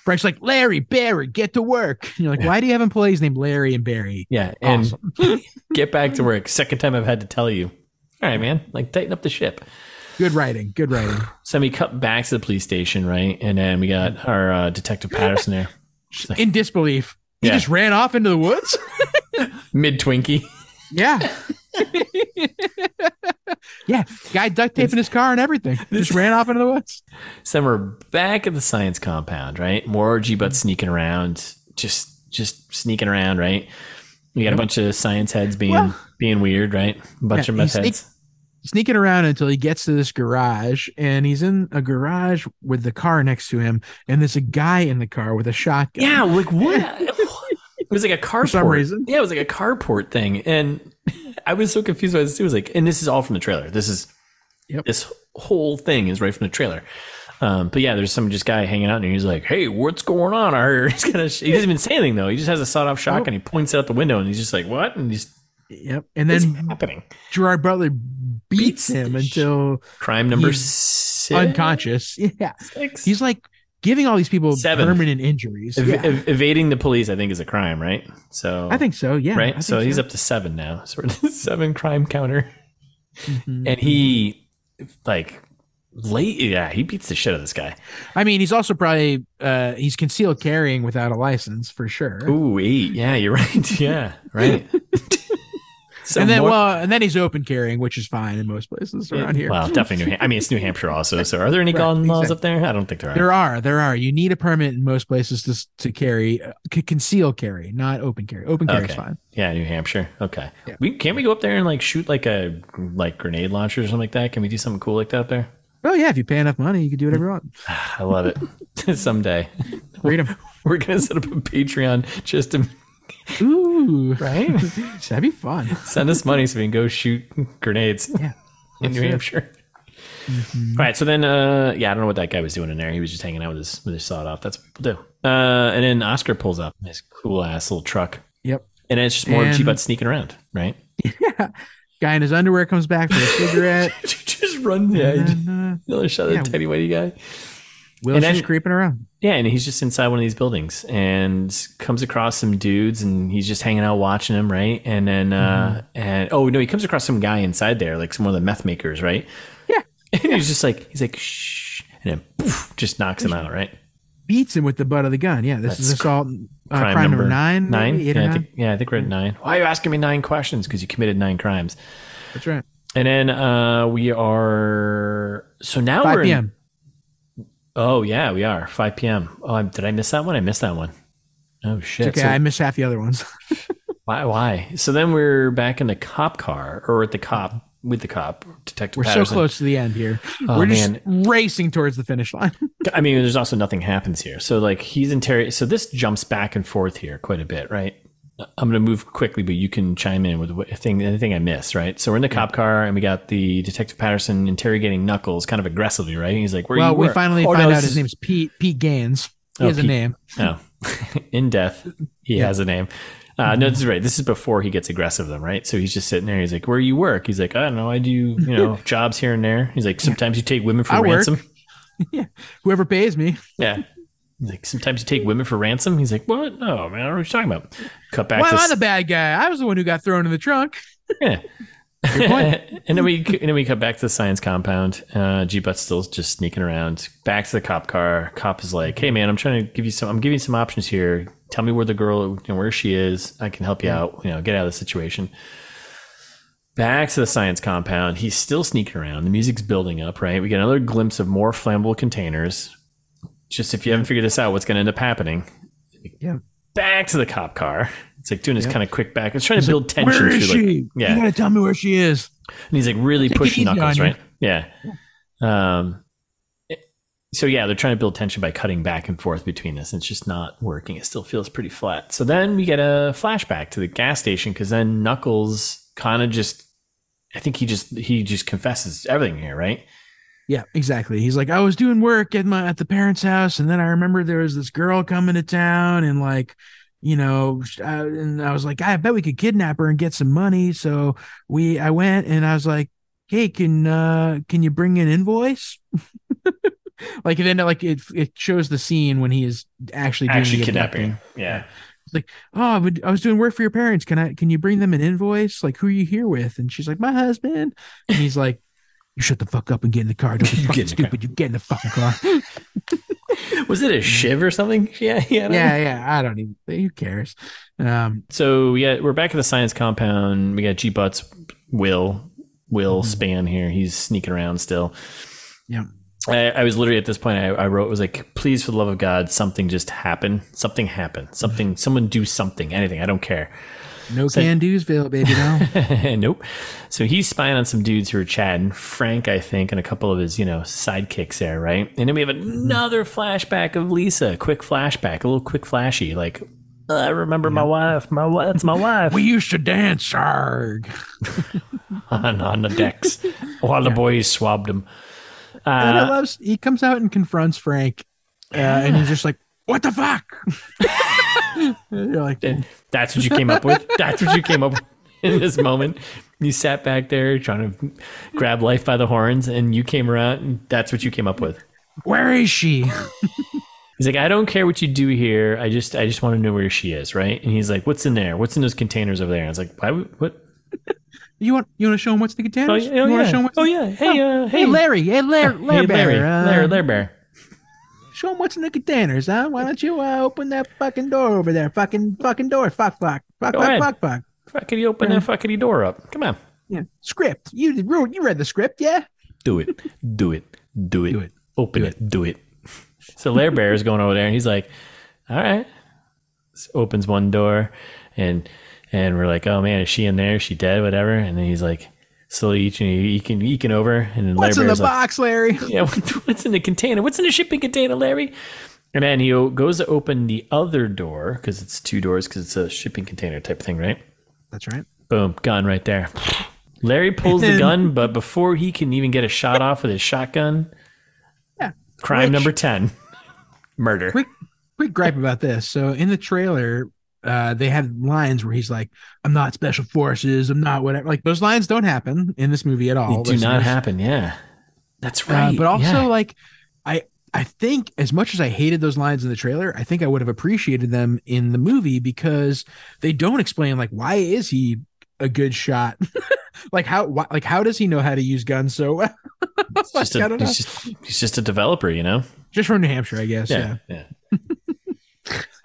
[SPEAKER 1] Frank's like, Larry, Barry, get to work. <laughs> And you're like, why do you have employees named Larry and Barry?
[SPEAKER 2] Yeah. And <laughs> get back to work. Second time I've had to tell you. All right, man. Like tighten up the ship.
[SPEAKER 1] Good writing. Good
[SPEAKER 2] <sighs>
[SPEAKER 1] writing.
[SPEAKER 2] So we cut back to the police station, right? And then we got our uh, detective Patterson there,
[SPEAKER 1] In disbelief. He
[SPEAKER 2] Yeah.
[SPEAKER 1] just ran off into the
[SPEAKER 2] <laughs>
[SPEAKER 1] woods?
[SPEAKER 2] mid <laughs> Twinkie.
[SPEAKER 1] Yeah. yeah. Guy duct taping his car and everything. Just ran off into the woods.
[SPEAKER 2] So then we're back at the science compound, right? More G
[SPEAKER 1] Mm-hmm.
[SPEAKER 2] but sneaking around, just just sneaking around, right? We got a bunch of science heads being
[SPEAKER 1] Well-
[SPEAKER 2] being weird, right? A bunch
[SPEAKER 1] Yeah,
[SPEAKER 2] of meth
[SPEAKER 1] he
[SPEAKER 2] heads.
[SPEAKER 1] Sneaking around until he gets to this garage and he's in a garage with the car next to him. And there's a guy in the car with a shotgun.
[SPEAKER 2] Yeah, like what? <laughs> it was like a carport.
[SPEAKER 1] some reason.
[SPEAKER 2] Yeah, it was like a carport thing. And I was so confused by this. It was like, and this is all from the trailer. This is
[SPEAKER 1] Yep.
[SPEAKER 2] this whole thing is right from the trailer. Um, but yeah, there's some just guy hanging out and he's like, Hey, what's going on? I heard he's gonna sh-. he doesn't even say anything though. He just has a sawed off shotgun, he points it out the window and he's just like, What? And he's
[SPEAKER 1] Yep. And
[SPEAKER 2] it's
[SPEAKER 1] then
[SPEAKER 2] happening.
[SPEAKER 1] Gerard Butler beats
[SPEAKER 2] Beats
[SPEAKER 1] him
[SPEAKER 2] the sh-
[SPEAKER 1] until
[SPEAKER 2] Crime number
[SPEAKER 1] He's
[SPEAKER 2] six.
[SPEAKER 1] unconscious. Yeah.
[SPEAKER 2] Six?
[SPEAKER 1] He's like giving all these people
[SPEAKER 2] Seven.
[SPEAKER 1] permanent injuries.
[SPEAKER 2] Ev-
[SPEAKER 1] Yeah.
[SPEAKER 2] ev- evading the police, I think, is a crime, right? So
[SPEAKER 1] I think so. Yeah.
[SPEAKER 2] right? So he's up to seven now. <laughs> So we're at the seven crime counter.
[SPEAKER 1] Mhm.
[SPEAKER 2] And he like late yeah, he beats the shit out of this guy.
[SPEAKER 1] I mean, he's also probably uh he's concealed carrying without a license for sure.
[SPEAKER 2] Ooh, eight. Yeah, you're
[SPEAKER 1] <laughs>
[SPEAKER 2] right. <laughs> Yeah, right. so
[SPEAKER 1] and then
[SPEAKER 2] more-
[SPEAKER 1] well, and then he's open carrying, which is fine in most places around here.
[SPEAKER 2] Well, definitely New Hampshire. I mean, it's New Hampshire also. So, are there any
[SPEAKER 1] <laughs> Right,
[SPEAKER 2] gun laws
[SPEAKER 1] exactly.
[SPEAKER 2] up there? I don't think there are.
[SPEAKER 1] There are, there are. You need a permit in most places to to carry, uh, c- conceal carry, not open carry. Open carry
[SPEAKER 2] Okay.
[SPEAKER 1] is fine.
[SPEAKER 2] Yeah, New Hampshire. Okay.
[SPEAKER 1] Yeah.
[SPEAKER 2] We can't we go up there and like shoot like a like grenade launcher or something like that? Can we do something cool like that up there? <sighs>
[SPEAKER 1] Oh yeah, if you pay enough money, you can do whatever you want.
[SPEAKER 2] I love it. <laughs> Someday <laughs>
[SPEAKER 1] Freedom.
[SPEAKER 2] we're gonna set up a Patreon just to <laughs>
[SPEAKER 1] Ooh,
[SPEAKER 2] right
[SPEAKER 1] that'd be fun.
[SPEAKER 2] send us money so we can go shoot grenades
[SPEAKER 1] Yeah.
[SPEAKER 2] in New
[SPEAKER 1] it.
[SPEAKER 2] Hampshire. All right, so then, uh, yeah, I don't know what that guy was doing in there. He was just hanging out with his with his sawed off. That's what people do. Uh, and then Oscar pulls up in his cool ass little truck,
[SPEAKER 1] Yep.
[SPEAKER 2] and it's just more
[SPEAKER 1] And-
[SPEAKER 2] G butt sneaking around, right?
[SPEAKER 1] guy in his underwear comes back for a
[SPEAKER 2] <laughs>
[SPEAKER 1] cigarette.
[SPEAKER 2] just run, yeah,
[SPEAKER 1] and
[SPEAKER 2] just
[SPEAKER 1] then, uh,
[SPEAKER 2] <laughs> another shot of
[SPEAKER 1] Yeah.
[SPEAKER 2] the tiny whitey guy.
[SPEAKER 1] Will's
[SPEAKER 2] And then-
[SPEAKER 1] just creeping around.
[SPEAKER 2] Yeah, and he's just inside one of these buildings and comes across some dudes and he's just hanging out watching them, right? And then uh and oh no, he comes across some guy inside there, like some one of the meth makers, right?
[SPEAKER 1] Yeah.
[SPEAKER 2] <laughs> And he's just like he's like shh and then poof, just knocks him out, right?
[SPEAKER 1] Beats him with the butt of the gun. Yeah, this is
[SPEAKER 2] That's
[SPEAKER 1] assault uh, crime, number, nine. maybe?
[SPEAKER 2] Nine?
[SPEAKER 1] Eight or
[SPEAKER 2] yeah, I
[SPEAKER 1] nine?
[SPEAKER 2] think, yeah, I think we're at nine. Why are you asking me nine questions? Because you committed nine crimes.
[SPEAKER 1] That's right.
[SPEAKER 2] And then uh we are so now
[SPEAKER 1] 5
[SPEAKER 2] we're in-
[SPEAKER 1] p.m.
[SPEAKER 2] oh yeah, we are. Five PM. Oh I- did I miss that one? I missed that one. Oh shit.
[SPEAKER 1] It's okay,
[SPEAKER 2] So-
[SPEAKER 1] I missed half the other ones. <laughs>
[SPEAKER 2] Why? Why? So then we're back in the cop car, or at the cop with the cop, Detective.
[SPEAKER 1] We're so
[SPEAKER 2] Patterson.
[SPEAKER 1] close to the end here.
[SPEAKER 2] Oh,
[SPEAKER 1] We're just racing towards the finish
[SPEAKER 2] <laughs>
[SPEAKER 1] line.
[SPEAKER 2] I mean, there's also nothing happens here. So like he's interrogating. So this jumps back and forth here quite a bit, right? I'm going to move quickly, but you can chime in with what thing anything I miss, right? So we're in the cop car, and we got the Detective Patterson interrogating Knuckles, kind of aggressively, right? He's like, "Where
[SPEAKER 1] well,
[SPEAKER 2] you
[SPEAKER 1] we
[SPEAKER 2] were?"
[SPEAKER 1] finally
[SPEAKER 2] Oh, no,
[SPEAKER 1] find out
[SPEAKER 2] this
[SPEAKER 1] his
[SPEAKER 2] is-
[SPEAKER 1] name's Pete Pete Gaines. He
[SPEAKER 2] Oh,
[SPEAKER 1] has a
[SPEAKER 2] Pete.
[SPEAKER 1] name.
[SPEAKER 2] Oh, <laughs> in death, he
[SPEAKER 1] Yeah.
[SPEAKER 2] has a name. Uh, no, this is right. This is before he gets aggressive, though, right? So he's just sitting there. He's like, "Where you work?" He's like, "I don't know. I do, you know,
[SPEAKER 1] <laughs>
[SPEAKER 2] jobs here and there." He's like, "Sometimes you take women for
[SPEAKER 1] I work.
[SPEAKER 2] ransom."
[SPEAKER 1] Whoever pays me.
[SPEAKER 2] Yeah. He's like, "Sometimes you take women for ransom." He's like, "What? No, man. I don't know what you're talking about." Cut back.
[SPEAKER 1] Why
[SPEAKER 2] to
[SPEAKER 1] am I
[SPEAKER 2] s-
[SPEAKER 1] the bad guy? I was the one who got thrown in the trunk.
[SPEAKER 2] Yeah.
[SPEAKER 1] Good point.
[SPEAKER 2] <laughs> and then we and then we cut back to the science compound. Uh, G Butt's still just sneaking around. Back to the cop car. Cop is like, "Hey, man, I'm trying to give you some. I'm giving you some options here. Tell me where the girl, you know, where she is. I can help you out. You know, get out of the situation." Back to the science compound. He's still sneaking around. The music's building up. Right. We get another glimpse of more flammable containers. Just if you haven't figured this out, what's going to end up happening?
[SPEAKER 1] Yeah.
[SPEAKER 2] Back to the cop car. It's like doing this
[SPEAKER 1] Yep.
[SPEAKER 2] kind of quick back. It's trying to build tension.
[SPEAKER 1] Where is
[SPEAKER 2] through, like-
[SPEAKER 1] she?
[SPEAKER 2] yeah.
[SPEAKER 1] You gotta tell me where she is.
[SPEAKER 2] and he's like really
[SPEAKER 1] Take it
[SPEAKER 2] pushing
[SPEAKER 1] easy on
[SPEAKER 2] Knuckles,
[SPEAKER 1] you.
[SPEAKER 2] right? Yeah. Um. it- So yeah, they're trying to build tension by cutting back and forth between this, and it's just not working. It still feels pretty flat. So then we get a flashback to the gas station because then Knuckles kind of just, I think he just he just confesses everything here, right?
[SPEAKER 1] Yeah, exactly. He's like, I was doing work at my at the parents' house, and then I remember there was this girl coming to town, and like, you know, sh- I, and I was like, I bet we could kidnap her and get some money. So we, I went, and I was like, Hey, can uh, can you bring an invoice? <laughs> like then, like it it shows the scene when he is actually doing
[SPEAKER 2] Actually
[SPEAKER 1] the
[SPEAKER 2] kidnapping.
[SPEAKER 1] abducting.
[SPEAKER 2] her. Yeah.
[SPEAKER 1] Oh, I, would, I was doing work for your parents. Can I? Can you bring them an invoice? Like, who are you here with? And she's like, my husband. And he's like, you shut the fuck up and get in the car. Don't be
[SPEAKER 2] You
[SPEAKER 1] fucking
[SPEAKER 2] get in the car.
[SPEAKER 1] stupid. <laughs> You get in the fucking <laughs> car.
[SPEAKER 2] Was it a shiv or something? <laughs> Yeah. Yeah.
[SPEAKER 1] yeah, yeah. I don't even. Who cares? Um,
[SPEAKER 2] So yeah, we're back at the science compound. We got G Butts, Will, Will
[SPEAKER 1] Mhm.
[SPEAKER 2] Span here. He's sneaking around still.
[SPEAKER 1] Yeah.
[SPEAKER 2] I, I was literally at this point. I, I wrote was like, please for the love of God, something just happen. Something happen. Something. Someone do something. Anything. I don't care. <laughs>
[SPEAKER 1] no
[SPEAKER 2] So-
[SPEAKER 1] can do'sville, baby. <laughs> No.
[SPEAKER 2] nope. So he's spying on some dudes who are chatting. Frank, I think, and a couple of his, you know, sidekicks there, right? And then we have another flashback of Lisa. Quick flashback, a little quick flashy, like. "Uh, I remember my wife. My wife. That's my wife.
[SPEAKER 1] we used to dance, Sarg.
[SPEAKER 2] <laughs> on, on
[SPEAKER 1] <laughs>
[SPEAKER 2] the decks while the boys swabbed him.
[SPEAKER 1] and I
[SPEAKER 2] Uh,
[SPEAKER 1] love. He comes out and confronts Frank, uh, and he's just like, "What the fuck?" <laughs> And You're <laughs> like,
[SPEAKER 2] and that's what you came
[SPEAKER 1] <laughs>
[SPEAKER 2] up with. That's what you came up with in this moment. You sat back there trying to grab life by the horns, and you came around. And that's what you came up with.
[SPEAKER 1] "Where is she?"
[SPEAKER 2] He's like, I don't care what you do here. I just, I just want to know where she is, right? And he's like, What's in there? What's in those containers over there? And I was like, Why? would- What?
[SPEAKER 1] You want you want to show him what's the
[SPEAKER 2] Oh,
[SPEAKER 1] containers?
[SPEAKER 2] yeah.
[SPEAKER 1] you
[SPEAKER 2] Oh,
[SPEAKER 1] want to show him
[SPEAKER 2] yeah.
[SPEAKER 1] what's
[SPEAKER 2] Oh, yeah. Hey, uh, hey,
[SPEAKER 1] Hey, Larry. Hey, Larry.
[SPEAKER 2] Hey,
[SPEAKER 1] Larry.
[SPEAKER 2] Larry.
[SPEAKER 1] uh,
[SPEAKER 2] Larry, Larry Bear.
[SPEAKER 1] Show him what's in the containers, huh? Why don't you uh, open that fucking door over there? Fucking fucking door. Fuck, fuck. Fuck,
[SPEAKER 2] Go
[SPEAKER 1] fuck,
[SPEAKER 2] ahead.
[SPEAKER 1] fuck, fuck.
[SPEAKER 2] Fuckity open that fuckity door up. Come on.
[SPEAKER 1] Yeah. Script. You did- you read the script, yeah?
[SPEAKER 2] do it, do it, do it,
[SPEAKER 1] Do it.
[SPEAKER 2] open
[SPEAKER 1] Do
[SPEAKER 2] it. do it. So Lair Bear is going over there, and he's like, "All right," So opens one door, and and we're like, "Oh man, is she in there? Is she dead? Whatever." And then he's like, slowly eking, eking, eking over, and then Lair
[SPEAKER 1] What's in the
[SPEAKER 2] Bear's like,
[SPEAKER 1] box, Larry?
[SPEAKER 2] "Yeah, <laughs> what- what's in the container? What's in the shipping container, Larry?" And then he o- goes to open the other door because it's two doors because it's a shipping container type thing, right?
[SPEAKER 1] That's right.
[SPEAKER 2] Boom, gun right there. Larry pulls
[SPEAKER 1] <laughs>
[SPEAKER 2] the
[SPEAKER 1] then-
[SPEAKER 2] gun, but before he can even get a shot off with his shotgun,
[SPEAKER 1] Yeah.
[SPEAKER 2] crime
[SPEAKER 1] Which-
[SPEAKER 2] number 10 murder.
[SPEAKER 1] Quick quick gripe about this. So in the trailer, uh, they had lines where he's like, "I'm not special forces. I'm not whatever." Like those lines don't happen in this movie at all.
[SPEAKER 2] They do not
[SPEAKER 1] listeners.
[SPEAKER 2] happen. Yeah, that's
[SPEAKER 1] Uh,
[SPEAKER 2] right.
[SPEAKER 1] but also,
[SPEAKER 2] yeah.
[SPEAKER 1] like, I I think as much as I hated those lines in the trailer, I think I would have appreciated them in the movie because they don't explain like why is he a good shot. <laughs> Like how, why, like how does he know how to use guns so well? <laughs>
[SPEAKER 2] It's just
[SPEAKER 1] I
[SPEAKER 2] a,
[SPEAKER 1] don't know.
[SPEAKER 2] he's, just, he's just a developer, you know.
[SPEAKER 1] Just from New Hampshire, I guess. yeah.
[SPEAKER 2] yeah.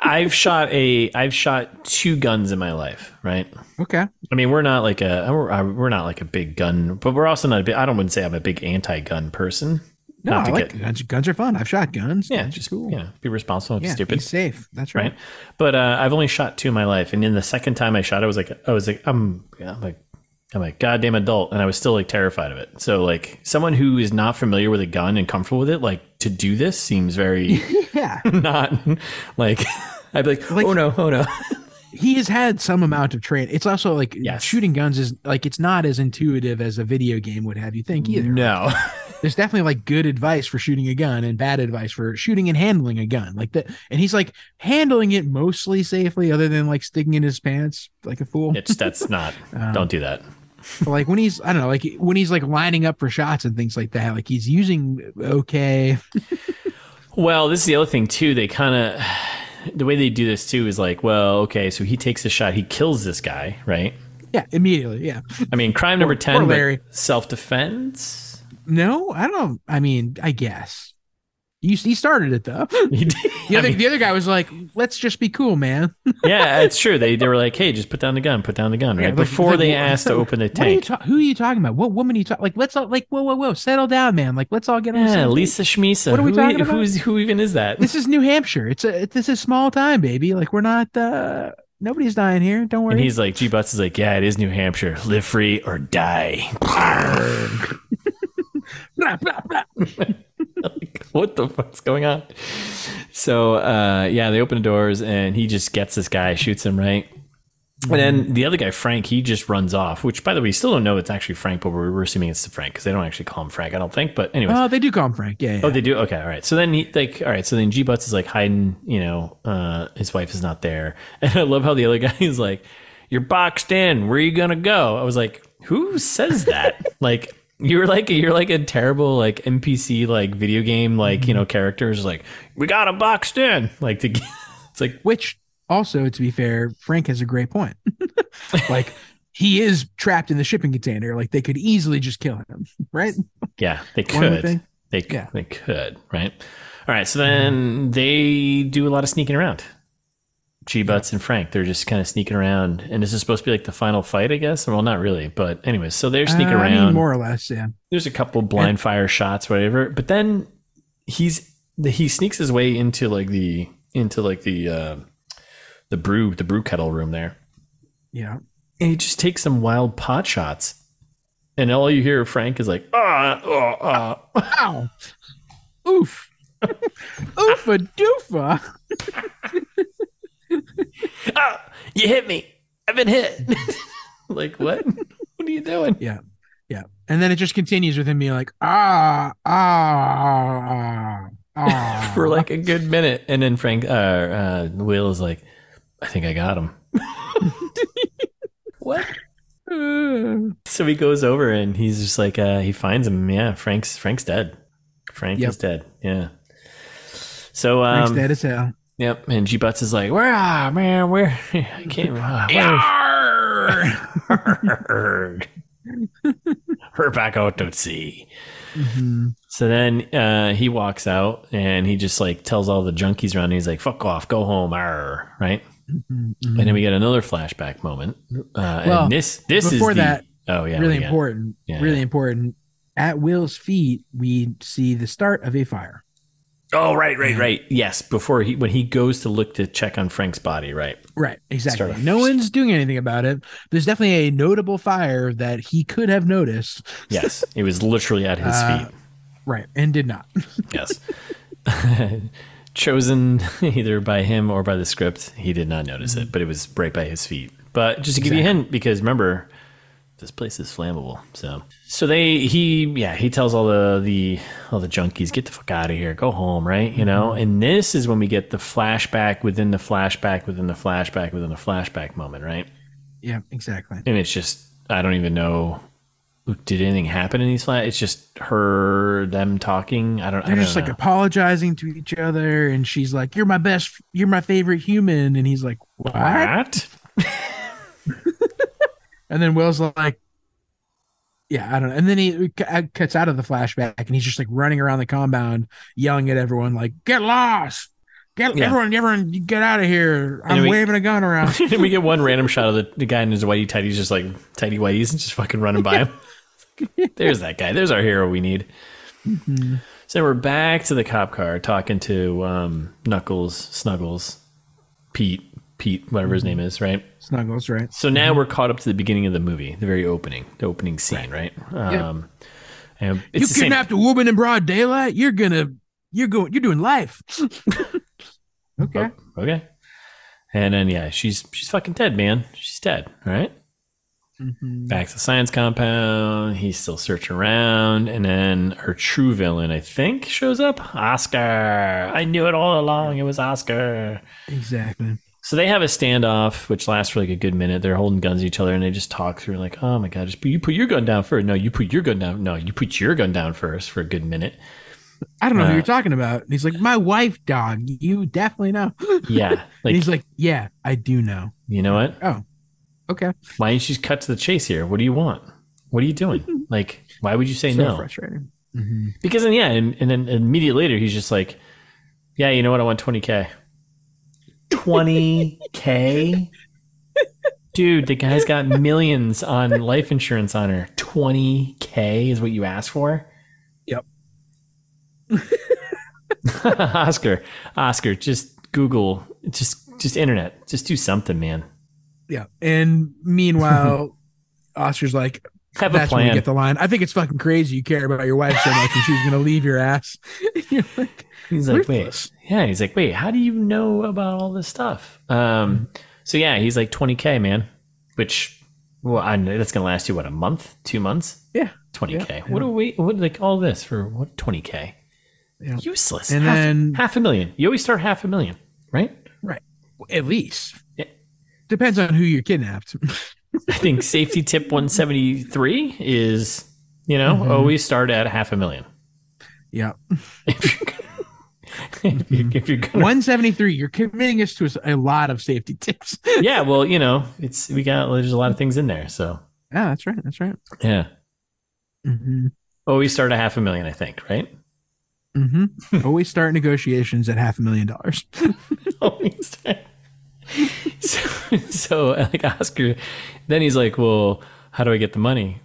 [SPEAKER 2] I've shot a I've shot two guns in my life, right?
[SPEAKER 1] Okay.
[SPEAKER 2] I mean, we're not like a uh, we're we're not like a big gun, but we're also not a big. I don't wouldn't say I'm a big anti-gun person.
[SPEAKER 1] No, I
[SPEAKER 2] Not to
[SPEAKER 1] like
[SPEAKER 2] get-
[SPEAKER 1] guns. Guns are fun. I've shot guns.
[SPEAKER 2] Yeah,
[SPEAKER 1] guns are
[SPEAKER 2] just
[SPEAKER 1] cool.
[SPEAKER 2] you know, be responsible, and
[SPEAKER 1] Yeah,
[SPEAKER 2] stupid.
[SPEAKER 1] be safe. That's right.
[SPEAKER 2] right? But uh, I've only shot two in my life, and in the second time I shot, I was like, I was like, I'm, I'm like, I'm a goddamn adult, and I was still like terrified of it. So like, someone who is not familiar with a gun and comfortable with it, like to do this
[SPEAKER 1] <laughs>
[SPEAKER 2] seems very
[SPEAKER 1] Yeah.
[SPEAKER 2] not like. I'd be like,
[SPEAKER 1] Like-
[SPEAKER 2] oh no, oh no.
[SPEAKER 1] he has had some amount of training. It's also like
[SPEAKER 2] Yes.
[SPEAKER 1] shooting guns is like it's not as intuitive as a video game would have you think
[SPEAKER 2] Mm-hmm.
[SPEAKER 1] either.
[SPEAKER 2] No,
[SPEAKER 1] There's definitely like good advice for shooting a gun and bad advice for shooting and handling a gun. Like that and he's like handling it mostly safely other than like sticking it in his pants like a fool.
[SPEAKER 2] it's that's not.
[SPEAKER 1] Um,
[SPEAKER 2] Don't do that.
[SPEAKER 1] but, like when he's I don't know, like when he's like lining up for shots and things like that, like he's using okay. <laughs>
[SPEAKER 2] Well, this is the other thing too. They kind of the way they do this too is like, well, okay, so he takes a shot, he kills this guy, right?
[SPEAKER 1] Yeah, immediately. Yeah.
[SPEAKER 2] I mean, crime number
[SPEAKER 1] poor
[SPEAKER 2] ten,
[SPEAKER 1] Larry.
[SPEAKER 2] but self defense.
[SPEAKER 1] No, I don't I mean, I guess. You he started it
[SPEAKER 2] <laughs>
[SPEAKER 1] though.
[SPEAKER 2] He did-
[SPEAKER 1] The
[SPEAKER 2] I
[SPEAKER 1] other,
[SPEAKER 2] mean,
[SPEAKER 1] the other guy was like, "Let's just be cool, man."
[SPEAKER 2] yeah, it's true. They they were like, hey, just put down the gun, put down the gun,
[SPEAKER 1] Yeah,
[SPEAKER 2] right?
[SPEAKER 1] like-
[SPEAKER 2] Before
[SPEAKER 1] like,
[SPEAKER 2] they
[SPEAKER 1] what-
[SPEAKER 2] asked to open the
[SPEAKER 1] What are you
[SPEAKER 2] tank.
[SPEAKER 1] ta- who are you talking about? What woman are you talking? Like, let's all like, whoa, whoa, whoa, settle down, man. Like, let's all get on. the
[SPEAKER 2] Yeah,
[SPEAKER 1] same
[SPEAKER 2] Lisa Schmisa.
[SPEAKER 1] What are we
[SPEAKER 2] who,
[SPEAKER 1] talking about?
[SPEAKER 2] Who's who even is that?
[SPEAKER 1] page. This is New Hampshire. It's a this is small time, baby. Like, we're not. uh Nobody's dying here. Don't
[SPEAKER 2] And
[SPEAKER 1] worry. <laughs>
[SPEAKER 2] he's like, G Butts is like, yeah, it is New Hampshire. Live free or die. <laughs>
[SPEAKER 1] Blah, blah, blah.
[SPEAKER 2] Like, what the fuck's going on? So uh, yeah, they open the doors and he just gets this guy, shoots him right. And then
[SPEAKER 1] Mm-hmm.
[SPEAKER 2] the other guy, Frank, he just runs off. Which, by the way, we still don't know it's actually Frank, but we're, we're assuming it's Frank because they don't actually call him Frank, I don't think. But anyways,
[SPEAKER 1] Oh, they do call him Frank. Yeah. yeah.
[SPEAKER 2] Oh, they do. Okay, all right. So then he like, all right. So then G Butts is like hiding. You know, uh, his wife is not there, <laughs> and I love how the other guy is like, "You're boxed in. Where are you gonna go?" I was like, "Who says
[SPEAKER 1] <laughs>
[SPEAKER 2] that?" like. You're like you're like a terrible like NPC like video game like
[SPEAKER 1] Mm-hmm.
[SPEAKER 2] you know characters like we got him boxed in like to <laughs> it's like
[SPEAKER 1] Which also, to be fair, Frank has a great point. <laughs> like. He is trapped in the shipping container. Like they could easily just kill him, right?
[SPEAKER 2] yeah they
[SPEAKER 1] One would
[SPEAKER 2] could
[SPEAKER 1] think.
[SPEAKER 2] they c-
[SPEAKER 1] Yeah.
[SPEAKER 2] they could right all right so then they do a lot of sneaking around G Butts and Frank they're just kind of sneaking around and this is supposed to be like the final fight I guess well not really but anyway so they're sneaking
[SPEAKER 1] Uh, I mean,
[SPEAKER 2] around
[SPEAKER 1] more or less. Yeah.
[SPEAKER 2] there's a couple blind fire shots whatever but then he's he sneaks his way into like the into like the uh, the brew the brew kettle room there
[SPEAKER 1] Yeah.
[SPEAKER 2] and he just takes some wild pot shots and all you hear of Frank is like ah ah ah
[SPEAKER 1] Ow. Oof. <laughs> Oofa doofa.
[SPEAKER 2] oh, you hit me. I've been hit. <laughs> like, what? what are you doing?
[SPEAKER 1] And then it just continues with him being like, ah, ah, ah, ah.
[SPEAKER 2] <laughs>
[SPEAKER 1] <laughs>
[SPEAKER 2] For like a good minute. And then Frank, uh, uh, Will is like, I think I got him. <laughs> what?
[SPEAKER 1] Uh,
[SPEAKER 2] So he goes over and he's just like, uh, he finds him. Yeah, Frank's Frank's dead. Frank
[SPEAKER 1] Yep.
[SPEAKER 2] is dead. Yeah. So,
[SPEAKER 1] Frank's
[SPEAKER 2] um,
[SPEAKER 1] dead as hell.
[SPEAKER 2] <laughs> yep. And G Butts is like, where, ah, man, where, I can't, ah, where,
[SPEAKER 1] Yarr!
[SPEAKER 2] <laughs> her back out to sea.
[SPEAKER 1] Mhm.
[SPEAKER 2] So then uh, he walks out and he just like tells all the junkies around. he's like, "Fuck off, go home, arr, right?"
[SPEAKER 1] Mhm.
[SPEAKER 2] And then we get another flashback moment. Uh,
[SPEAKER 1] Well,
[SPEAKER 2] and this this is
[SPEAKER 1] before
[SPEAKER 2] the,
[SPEAKER 1] that,
[SPEAKER 2] oh yeah,
[SPEAKER 1] really
[SPEAKER 2] we got-
[SPEAKER 1] important.
[SPEAKER 2] Yeah.
[SPEAKER 1] Really important. At Will's feet, we see the start of a fire.
[SPEAKER 2] Oh right, right,
[SPEAKER 1] Yeah.
[SPEAKER 2] right. Yes, before he when he goes to look to check on Frank's body, right?
[SPEAKER 1] Right, exactly.
[SPEAKER 2] Start of-
[SPEAKER 1] No one's doing anything about it. There's definitely a notable fire that he could have noticed.
[SPEAKER 2] Yes, it was literally at his
[SPEAKER 1] Uh,
[SPEAKER 2] feet.
[SPEAKER 1] Right, and did not. <laughs>
[SPEAKER 2] Yes. <laughs> Chosen <laughs> either by him or by the
[SPEAKER 1] Mm-hmm.
[SPEAKER 2] script. He did not notice it, but it was right by his feet. But just to give you a hint, because remember, this place is flammable. So so they he yeah he tells all the the all the junkies get the fuck out of here, go home, right? You know.
[SPEAKER 1] Mm-hmm.
[SPEAKER 2] And this is when we get the flashback within the flashback within the flashback within the flashback moment, right?
[SPEAKER 1] Yeah, exactly.
[SPEAKER 2] And it's just I don't even know. Did anything happen in these flash? It's just her, them talking. I don't. I
[SPEAKER 1] They're
[SPEAKER 2] don't
[SPEAKER 1] just like
[SPEAKER 2] know.
[SPEAKER 1] apologizing to each other, and she's like, "You're my best. You're my favorite human," and he's like, "What?"
[SPEAKER 2] what? <laughs>
[SPEAKER 1] And then Will's like, "Yeah, I don't know." And then he c- cuts out of the flashback, and he's just like running around the compound, yelling at everyone, like, "Get lost! Get
[SPEAKER 2] Yeah.
[SPEAKER 1] everyone, everyone, you get out of here!
[SPEAKER 2] then
[SPEAKER 1] I'm
[SPEAKER 2] we-
[SPEAKER 1] waving a gun
[SPEAKER 2] <laughs>
[SPEAKER 1] around."
[SPEAKER 2] and we get one random shot of the, the guy in his whitey tighties just like tidy whities and just fucking running
[SPEAKER 1] <laughs>
[SPEAKER 2] by him. There's that guy. There's our hero we need.
[SPEAKER 1] Mm-hmm.
[SPEAKER 2] So we're back to the cop car talking to um, Knuckles, Snuggles, Pete, Pete, whatever his name is, right?
[SPEAKER 1] Snuggles, right?
[SPEAKER 2] So now we're caught up to the beginning of the movie, the very opening, the opening scene, right? Um, and it's the
[SPEAKER 1] you
[SPEAKER 2] same-
[SPEAKER 1] kidnapped a woman in broad daylight. You're gonna, you're going, you're doing
[SPEAKER 2] <laughs>
[SPEAKER 1] life. okay.
[SPEAKER 2] Oh, okay. And then yeah, she's she's fucking dead, man. She's dead, all right?
[SPEAKER 1] Mhm.
[SPEAKER 2] back to the science compound. He's still searching around, and then our true villain, I think, shows up. Oscar. I knew it all along. It was Oscar.
[SPEAKER 1] Exactly.
[SPEAKER 2] So they have a standoff, which lasts for like a good minute. They're holding guns at each other, and they just talk through like, "Oh my god, just put, you put your gun down first. No, you put your gun down. No, you put your gun down first for a good
[SPEAKER 1] <laughs>
[SPEAKER 2] minute."
[SPEAKER 1] I don't know who
[SPEAKER 2] Uh,
[SPEAKER 1] you're talking about. And he's like, my wife, dog. You definitely know.
[SPEAKER 2] Yeah,
[SPEAKER 1] and
[SPEAKER 2] like
[SPEAKER 1] he's like, yeah, I do know.
[SPEAKER 2] you know what?
[SPEAKER 1] Okay.
[SPEAKER 2] Why didn't you just cut to the chase here? What do you want? What are
[SPEAKER 1] <laughs>
[SPEAKER 2] you doing? Like, why would you say
[SPEAKER 1] so
[SPEAKER 2] no?
[SPEAKER 1] frustrating. Mhm.
[SPEAKER 2] Because then yeah, and, and then immediately later he's just like, Yeah, you know what, I want twenty K. Twenty K? Dude, the guy's got millions on life insurance on her. Twenty K is what you asked for?
[SPEAKER 1] Yep.
[SPEAKER 2] <laughs> Oscar. Oscar, just Google just just internet. Just do something, man.
[SPEAKER 1] Yeah. And
[SPEAKER 2] <laughs>
[SPEAKER 1] meanwhile, Oscar's like,
[SPEAKER 2] Have a
[SPEAKER 1] that's when we
[SPEAKER 2] plan.
[SPEAKER 1] get the line. I think it's fucking crazy. You care about your wife so much, and she's gonna leave your ass. <laughs> You're like,
[SPEAKER 2] He's like,
[SPEAKER 1] Ruthless.
[SPEAKER 2] wait, yeah. He's like, wait, how do you know about all this stuff?
[SPEAKER 1] Mm-hmm.
[SPEAKER 2] Um, so yeah, he's like 20k, man. Which, well, I know that's gonna last you what a month, two months.
[SPEAKER 1] Yeah.
[SPEAKER 2] 20k.
[SPEAKER 1] Yeah.
[SPEAKER 2] What do we? What like all this for? What 20k?
[SPEAKER 1] Yeah.
[SPEAKER 2] Useless.
[SPEAKER 1] And
[SPEAKER 2] half,
[SPEAKER 1] then-
[SPEAKER 2] half a million. You always start half a million, right?
[SPEAKER 1] at least.
[SPEAKER 2] Yeah.
[SPEAKER 1] Depends on who you're kidnapped. <laughs>
[SPEAKER 2] I think safety tip 173 is, you know,
[SPEAKER 1] Mhm.
[SPEAKER 2] always start at half a million. <laughs>
[SPEAKER 1] yeah.
[SPEAKER 2] If you're, if you're, if you're gonna <laughs>
[SPEAKER 1] 173. You're committing us to a lot of safety tips. <laughs> yeah,
[SPEAKER 2] yeah, well, you know, it's we got there's a lot of things in there, so
[SPEAKER 1] that's right. That's right.
[SPEAKER 2] yeah.
[SPEAKER 1] Mm-hmm.
[SPEAKER 2] Oh, we start at half a million, I think, right? <laughs>
[SPEAKER 1] Mm-hmm. Always start negotiations at half a million dollars. <laughs>
[SPEAKER 2] Oh, we start- <laughs> so, so like Oscar, then he's like, "Well, how do I get the money?"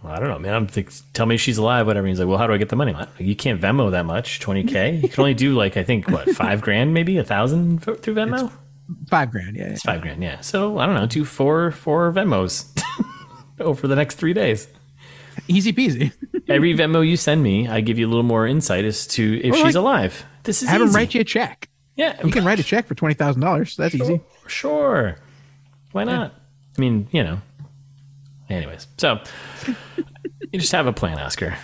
[SPEAKER 2] Well, I don't know, man. I'm think, tell me she's alive, whatever. He's like, "Well, how do I get the money?" I don't know. You can't Venmo that much, twenty k. You can only do like I think what five grand, maybe a thousand fo- through Venmo. It's,
[SPEAKER 1] Five grand. Yeah. yeah.
[SPEAKER 2] five grand, yeah. So I don't know, do four four Venmos <laughs> over the next three days.
[SPEAKER 1] Easy peasy.
[SPEAKER 2] Every Venmo you send me, I give you a little more insight as to if
[SPEAKER 1] Or,
[SPEAKER 2] she's
[SPEAKER 1] like,
[SPEAKER 2] alive. This is
[SPEAKER 1] Have him
[SPEAKER 2] easy.
[SPEAKER 1] write you a check.
[SPEAKER 2] Yeah,
[SPEAKER 1] You can write a check for twenty thousand dollars. That's easy.
[SPEAKER 2] Sure. Why not? I mean, you know. Anyways, so you just have a plan, Oscar.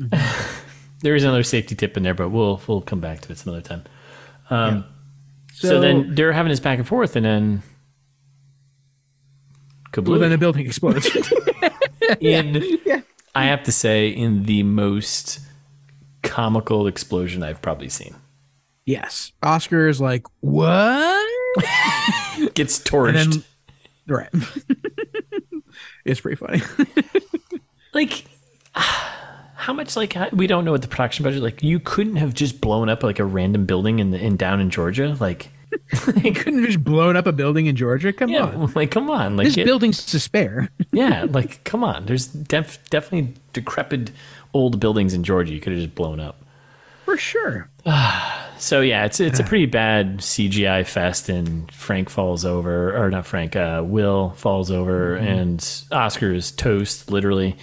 [SPEAKER 1] Mm-hmm.
[SPEAKER 2] <laughs> there is another safety tip in there, but we'll we'll come back to it some other time. So, then they're having this back and forth, and then
[SPEAKER 1] well, then
[SPEAKER 2] kablooey.
[SPEAKER 1] the building
[SPEAKER 2] <laughs>
[SPEAKER 1] explodes. <laughs>
[SPEAKER 2] in I have to say, in the most comical explosion I've probably seen,
[SPEAKER 1] yes. Oscar is like, what?
[SPEAKER 2] gets torched.
[SPEAKER 1] And then right. <laughs> it's pretty
[SPEAKER 2] <laughs>
[SPEAKER 1] funny.
[SPEAKER 2] like <sighs> how much like how- we don't know what the production budget like you couldn't have just blown up like a random building in the in down in georgia like like,
[SPEAKER 1] Couldn't have just blown up a building in Georgia. Come on.
[SPEAKER 2] yeah, <laughs> like come on like
[SPEAKER 1] This
[SPEAKER 2] it-
[SPEAKER 1] building's to spare. <laughs>
[SPEAKER 2] yeah like come on there's def- definitely decrepit old buildings in georgia you could have just blown up
[SPEAKER 1] For sure.
[SPEAKER 2] so yeah it's
[SPEAKER 1] <sighs>
[SPEAKER 2] it's a pretty bad cgi fest and frank falls over or not frank uh, will falls over
[SPEAKER 1] Mm-hmm.
[SPEAKER 2] and oscar is toast literally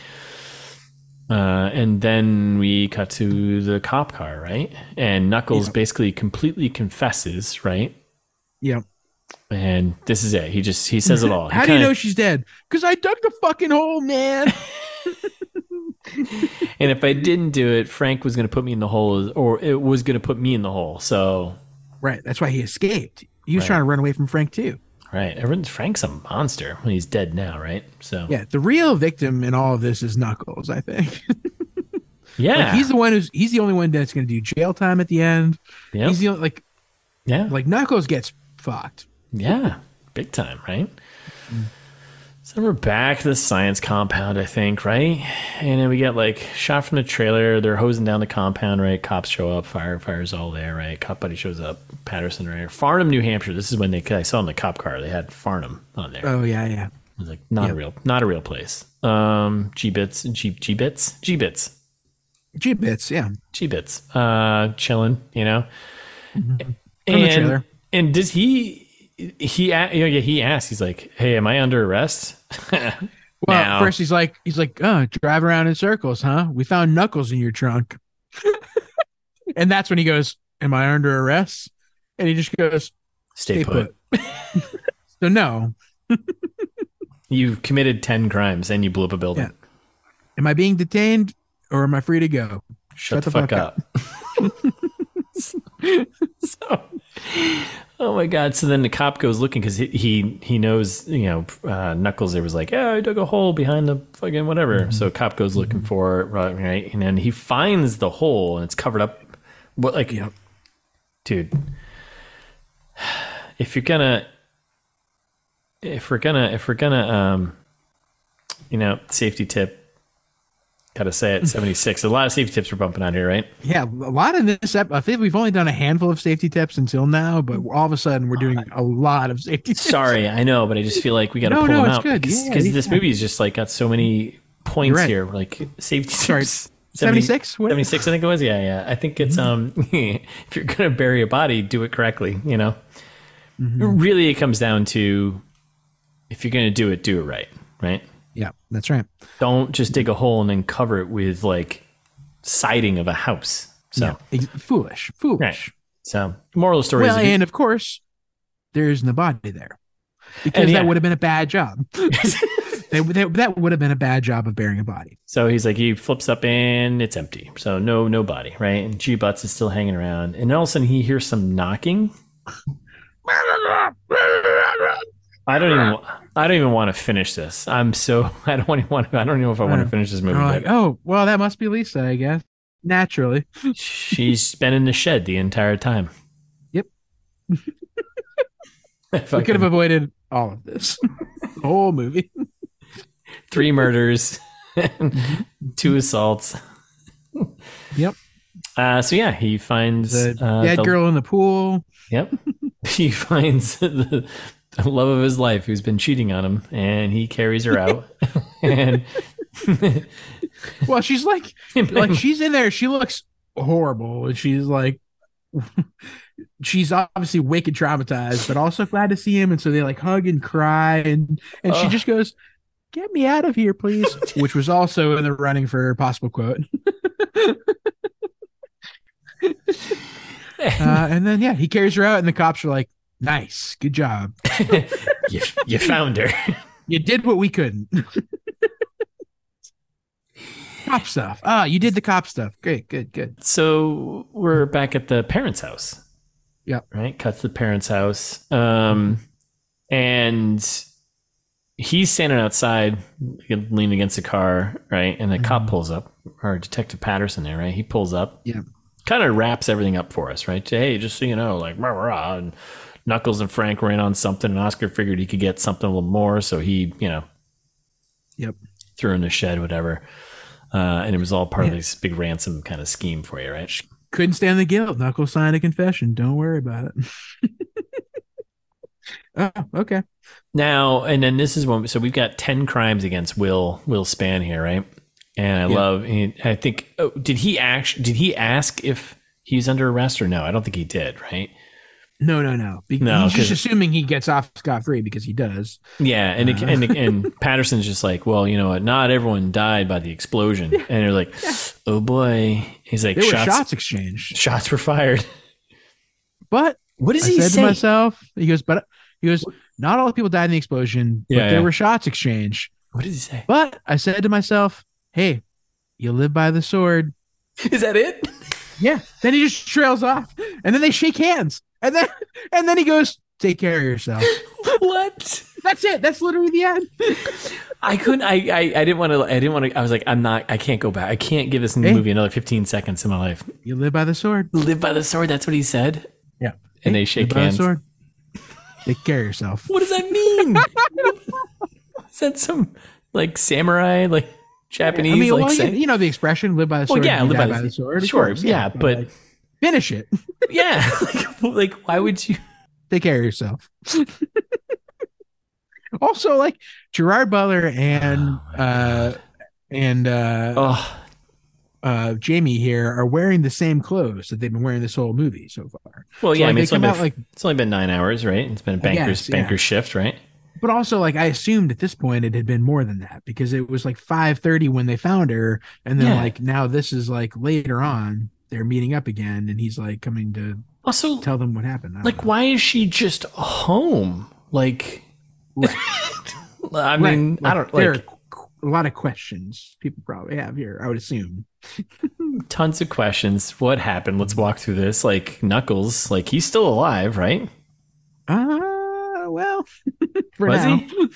[SPEAKER 2] Uh, and then we cut to the cop car, right? And Knuckles basically completely confesses, right?
[SPEAKER 1] Yeah.
[SPEAKER 2] And this is it. He just he
[SPEAKER 1] <laughs>
[SPEAKER 2] says it all. He
[SPEAKER 1] How do you
[SPEAKER 2] kinda-
[SPEAKER 1] know she's dead? Because I dug the fucking hole,
[SPEAKER 2] <laughs>
[SPEAKER 1] man.
[SPEAKER 2] and if I didn't do it, Frank was going to put me in the hole, or it was going to put me in the hole. So,
[SPEAKER 1] right. That's why he escaped. He was
[SPEAKER 2] Right.
[SPEAKER 1] trying to run away from Frank too.
[SPEAKER 2] right, everyone, Frank's a monster. Well, he's dead now, right? So,
[SPEAKER 1] Yeah. The real victim in all of this is Knuckles, I think. <laughs>
[SPEAKER 2] yeah,
[SPEAKER 1] Like, he's the one who's he's the only one that's gonna do jail time at the end.
[SPEAKER 2] Yep.
[SPEAKER 1] He's the only, like
[SPEAKER 2] yeah,
[SPEAKER 1] like Knuckles gets fucked.
[SPEAKER 2] yeah, big time, right? So we're back to the science compound, I think, right? And then we get like shot from the trailer. They're hosing down the compound, right? Cops show up, firefighters all there, right? Cop buddy shows up, Patterson, right? Farnham, New Hampshire. This is when they I saw in the cop car they had Farnham on there.
[SPEAKER 1] Oh yeah, yeah.
[SPEAKER 2] I was like, not a
[SPEAKER 1] Yeah.
[SPEAKER 2] real, not a real place. Um, G bits, G G bits, G bits,
[SPEAKER 1] G bits, yeah.
[SPEAKER 2] G bits. Uh, chilling, you know.
[SPEAKER 1] Mm-hmm. From the
[SPEAKER 2] and,
[SPEAKER 1] trailer.
[SPEAKER 2] and does he? He a- yeah, yeah, he asks. He's like, "Hey, am I under arrest?" <laughs>
[SPEAKER 1] Well,
[SPEAKER 2] Now-
[SPEAKER 1] first he's like he's like, oh, drive around in circles, huh? We found Knuckles in your trunk. <laughs> and that's when he goes, Am I under arrest? And he just goes,
[SPEAKER 2] Stay,
[SPEAKER 1] "Stay
[SPEAKER 2] put.
[SPEAKER 1] <laughs> so no.
[SPEAKER 2] You've committed ten crimes and you blew up a building.
[SPEAKER 1] Yeah. Am I being detained or am I free to go?
[SPEAKER 2] Shut, the, fuck, up. <laughs> so, oh my god! So then the cop goes looking because he, he he knows you know uh, Knuckles. There was like, yeah, I dug a hole behind the fucking whatever. So cop goes looking for it, right, right? and then he finds the hole and it's covered up. What like, dude? If you're gonna, if we're gonna, if we're gonna, um, you know, safety tip. Gotta say <laughs> it, 76. A lot of safety tips we're bumping on here, right?
[SPEAKER 1] Yeah, a lot of this. Ep- I think we've only done a handful of safety tips until now, but all of a sudden we're doing a lot of safety tips.
[SPEAKER 2] Sorry, I know, but I just feel like we got to
[SPEAKER 1] No,
[SPEAKER 2] pull
[SPEAKER 1] no,
[SPEAKER 2] them
[SPEAKER 1] it's
[SPEAKER 2] out
[SPEAKER 1] good.
[SPEAKER 2] because
[SPEAKER 1] Yeah,
[SPEAKER 2] 'cause
[SPEAKER 1] yeah.
[SPEAKER 2] this movie's just like got so many points
[SPEAKER 1] right.
[SPEAKER 2] here. Like safety
[SPEAKER 1] Sorry, <laughs>
[SPEAKER 2] tips.
[SPEAKER 1] 76? What-
[SPEAKER 2] 76, I think it was. Yeah, yeah. I think it's um, <laughs> if you're gonna bury a body, do it correctly. You know,
[SPEAKER 1] Mm-hmm.
[SPEAKER 2] really, it comes down to if you're gonna do it, do it right. Right.
[SPEAKER 1] Yeah, that's right.
[SPEAKER 2] Don't just dig a hole and then cover it with like siding of a house. So
[SPEAKER 1] Yeah, ex- foolish, foolish.
[SPEAKER 2] so moral of the story
[SPEAKER 1] Well,
[SPEAKER 2] is if you-
[SPEAKER 1] and of course, there isn't a body there because
[SPEAKER 2] And yeah.
[SPEAKER 1] that would have been a bad
[SPEAKER 2] <laughs>
[SPEAKER 1] job. That- that, that would have been a bad job of burying a body.
[SPEAKER 2] So he's like, he flips up and it's empty. So no, no body, right? And G Butts is still hanging around. And all of a sudden he hears some knocking. I don't even, I don't even want to finish this. I'm so, <laughs> I don't even want to, I don't even know if I want to finish this movie.
[SPEAKER 1] They're like,
[SPEAKER 2] But
[SPEAKER 1] oh, well, that must be Lisa, I guess. Naturally.
[SPEAKER 2] she's been in the shed the entire time.
[SPEAKER 1] Yep. We could
[SPEAKER 2] <laughs> Fucking
[SPEAKER 1] have avoided all of
[SPEAKER 2] <laughs>
[SPEAKER 1] this. the whole movie.
[SPEAKER 2] three murders, two assaults.
[SPEAKER 1] Yep.
[SPEAKER 2] Uh, so yeah, he finds
[SPEAKER 1] The
[SPEAKER 2] uh,
[SPEAKER 1] dead
[SPEAKER 2] the-
[SPEAKER 1] girl in the pool.
[SPEAKER 2] Yep. <laughs> he finds <laughs> the, the love of his life who's been cheating on him and he carries her out. <laughs> and
[SPEAKER 1] Well, she's like, like she's in there. She looks horrible, and she's like, <laughs> she's obviously wicked traumatized, but also glad to see him. And so they like hug and cry, and and she
[SPEAKER 2] Ugh.
[SPEAKER 1] just goes, "Get me out of here, please," which was also in the running for a possible quote. <laughs> Uh, and then yeah, he carries her out, and the cops are like, "Nice, good job.
[SPEAKER 2] <laughs> you, you found her.
[SPEAKER 1] You did what we couldn't." <laughs> cop stuff. Ah, you did the cop stuff. Great, good, good.
[SPEAKER 2] So we're back at the parents' house.
[SPEAKER 1] Yep.
[SPEAKER 2] Right? Cuts to the parents' house. Um, and he's standing outside, leaning against a car, right? And a cop pulls up, or Detective Patterson there, right? He pulls up.
[SPEAKER 1] Mm-hmm. Yeah.
[SPEAKER 2] Kind of wraps everything up for us, right? Hey, just so you know, like, rah, rah, rah, and Knuckles and Frank were in on something, and Oscar figured he could get something a little more, so he, you know,
[SPEAKER 1] Yep.
[SPEAKER 2] threw in the shed, whatever. Uh, and it was all part of this big ransom kind of scheme for you, right?
[SPEAKER 1] Couldn't stand the guilt. Knuckle signed a confession. Don't worry about it. <laughs> oh, okay.
[SPEAKER 2] Now and then this is when so we've got ten crimes against Will Will Span here, right? And I
[SPEAKER 1] Yeah.
[SPEAKER 2] love. and I think oh, did he act? Did he ask if he was under arrest or no? I don't think he did, right?
[SPEAKER 1] No, no, no. Be-
[SPEAKER 2] No,
[SPEAKER 1] he's
[SPEAKER 2] 'cause-
[SPEAKER 1] just assuming he gets off scot free because he does.
[SPEAKER 2] Yeah, and it-
[SPEAKER 1] Uh-huh.
[SPEAKER 2] and
[SPEAKER 1] <laughs>
[SPEAKER 2] and Patterson's just like, well, you know what? Not everyone died by the explosion, and they're like, oh boy. He's like,
[SPEAKER 1] There
[SPEAKER 2] shots,
[SPEAKER 1] were
[SPEAKER 2] shots,
[SPEAKER 1] shots exchanged,
[SPEAKER 2] were fired. <laughs>
[SPEAKER 1] but
[SPEAKER 2] What does
[SPEAKER 1] I
[SPEAKER 2] he
[SPEAKER 1] said
[SPEAKER 2] say?
[SPEAKER 1] to myself, he goes, but He goes, Not all the people died in the explosion, but
[SPEAKER 2] Yeah,
[SPEAKER 1] there
[SPEAKER 2] yeah.
[SPEAKER 1] were shots exchanged.
[SPEAKER 2] What did he say?
[SPEAKER 1] But I said to myself, Hey, you live by the sword.
[SPEAKER 2] Is that it? <laughs>
[SPEAKER 1] Yeah. Then he just trails off. And then they shake hands. And then <laughs> and then he goes, Take care of
[SPEAKER 2] <laughs>
[SPEAKER 1] yourself.
[SPEAKER 2] what?
[SPEAKER 1] That's it. That's literally the end.
[SPEAKER 2] I couldn't. I, I. I didn't want to. I didn't want to. I was like, I'm not. I can't go back. I can't give this
[SPEAKER 1] Hey.
[SPEAKER 2] movie another 15 seconds in my life.
[SPEAKER 1] You live by the sword.
[SPEAKER 2] Live by the sword. That's what he said.
[SPEAKER 1] Yeah.
[SPEAKER 2] And
[SPEAKER 1] Hey,
[SPEAKER 2] they shake
[SPEAKER 1] live by the
[SPEAKER 2] hands.
[SPEAKER 1] sword. Take care of
[SPEAKER 2] <laughs>
[SPEAKER 1] yourself.
[SPEAKER 2] What does that mean? Is that some like samurai, like Japanese,
[SPEAKER 1] I mean,
[SPEAKER 2] like
[SPEAKER 1] well, you,
[SPEAKER 2] saying?
[SPEAKER 1] you know the expression "live by the
[SPEAKER 2] Well,
[SPEAKER 1] sword."
[SPEAKER 2] yeah,
[SPEAKER 1] you
[SPEAKER 2] live
[SPEAKER 1] die
[SPEAKER 2] by the-
[SPEAKER 1] sword. of
[SPEAKER 2] sure,
[SPEAKER 1] course,
[SPEAKER 2] yeah, but-
[SPEAKER 1] like, finish it. <laughs>
[SPEAKER 2] <laughs> yeah, like, like why would you?
[SPEAKER 1] Take care of yourself. <laughs> also, like Gerard Butler and
[SPEAKER 2] <sighs> Oh, my
[SPEAKER 1] uh, and uh,
[SPEAKER 2] Oh,
[SPEAKER 1] uh, Jamie here are wearing the same clothes that they've been wearing this whole movie so far. So,
[SPEAKER 2] well, yeah. I
[SPEAKER 1] like,
[SPEAKER 2] mean,
[SPEAKER 1] they
[SPEAKER 2] it's only,
[SPEAKER 1] come
[SPEAKER 2] been,
[SPEAKER 1] out like,
[SPEAKER 2] it's only been nine hours, right? It's been a
[SPEAKER 1] I
[SPEAKER 2] banker's
[SPEAKER 1] guess, yeah.
[SPEAKER 2] banker shift, right?
[SPEAKER 1] but also like I assumed at this point it had been more than that because it was like five thirty when they found her, and then
[SPEAKER 2] Yeah.
[SPEAKER 1] like now this is like later on they're meeting up again, and he's like coming to
[SPEAKER 2] Also,
[SPEAKER 1] tell them what happened. I don't
[SPEAKER 2] like,
[SPEAKER 1] know.
[SPEAKER 2] why is she just home? Like, <laughs> I mean,
[SPEAKER 1] Right.
[SPEAKER 2] I don't
[SPEAKER 1] there
[SPEAKER 2] like
[SPEAKER 1] are qu- a lot of questions people probably have here. I would assume.
[SPEAKER 2] tons of questions. What happened? Let's walk through this. Like Knuckles, like he's still alive, right?
[SPEAKER 1] Uh well, <laughs> for
[SPEAKER 2] Was
[SPEAKER 1] now.
[SPEAKER 2] he?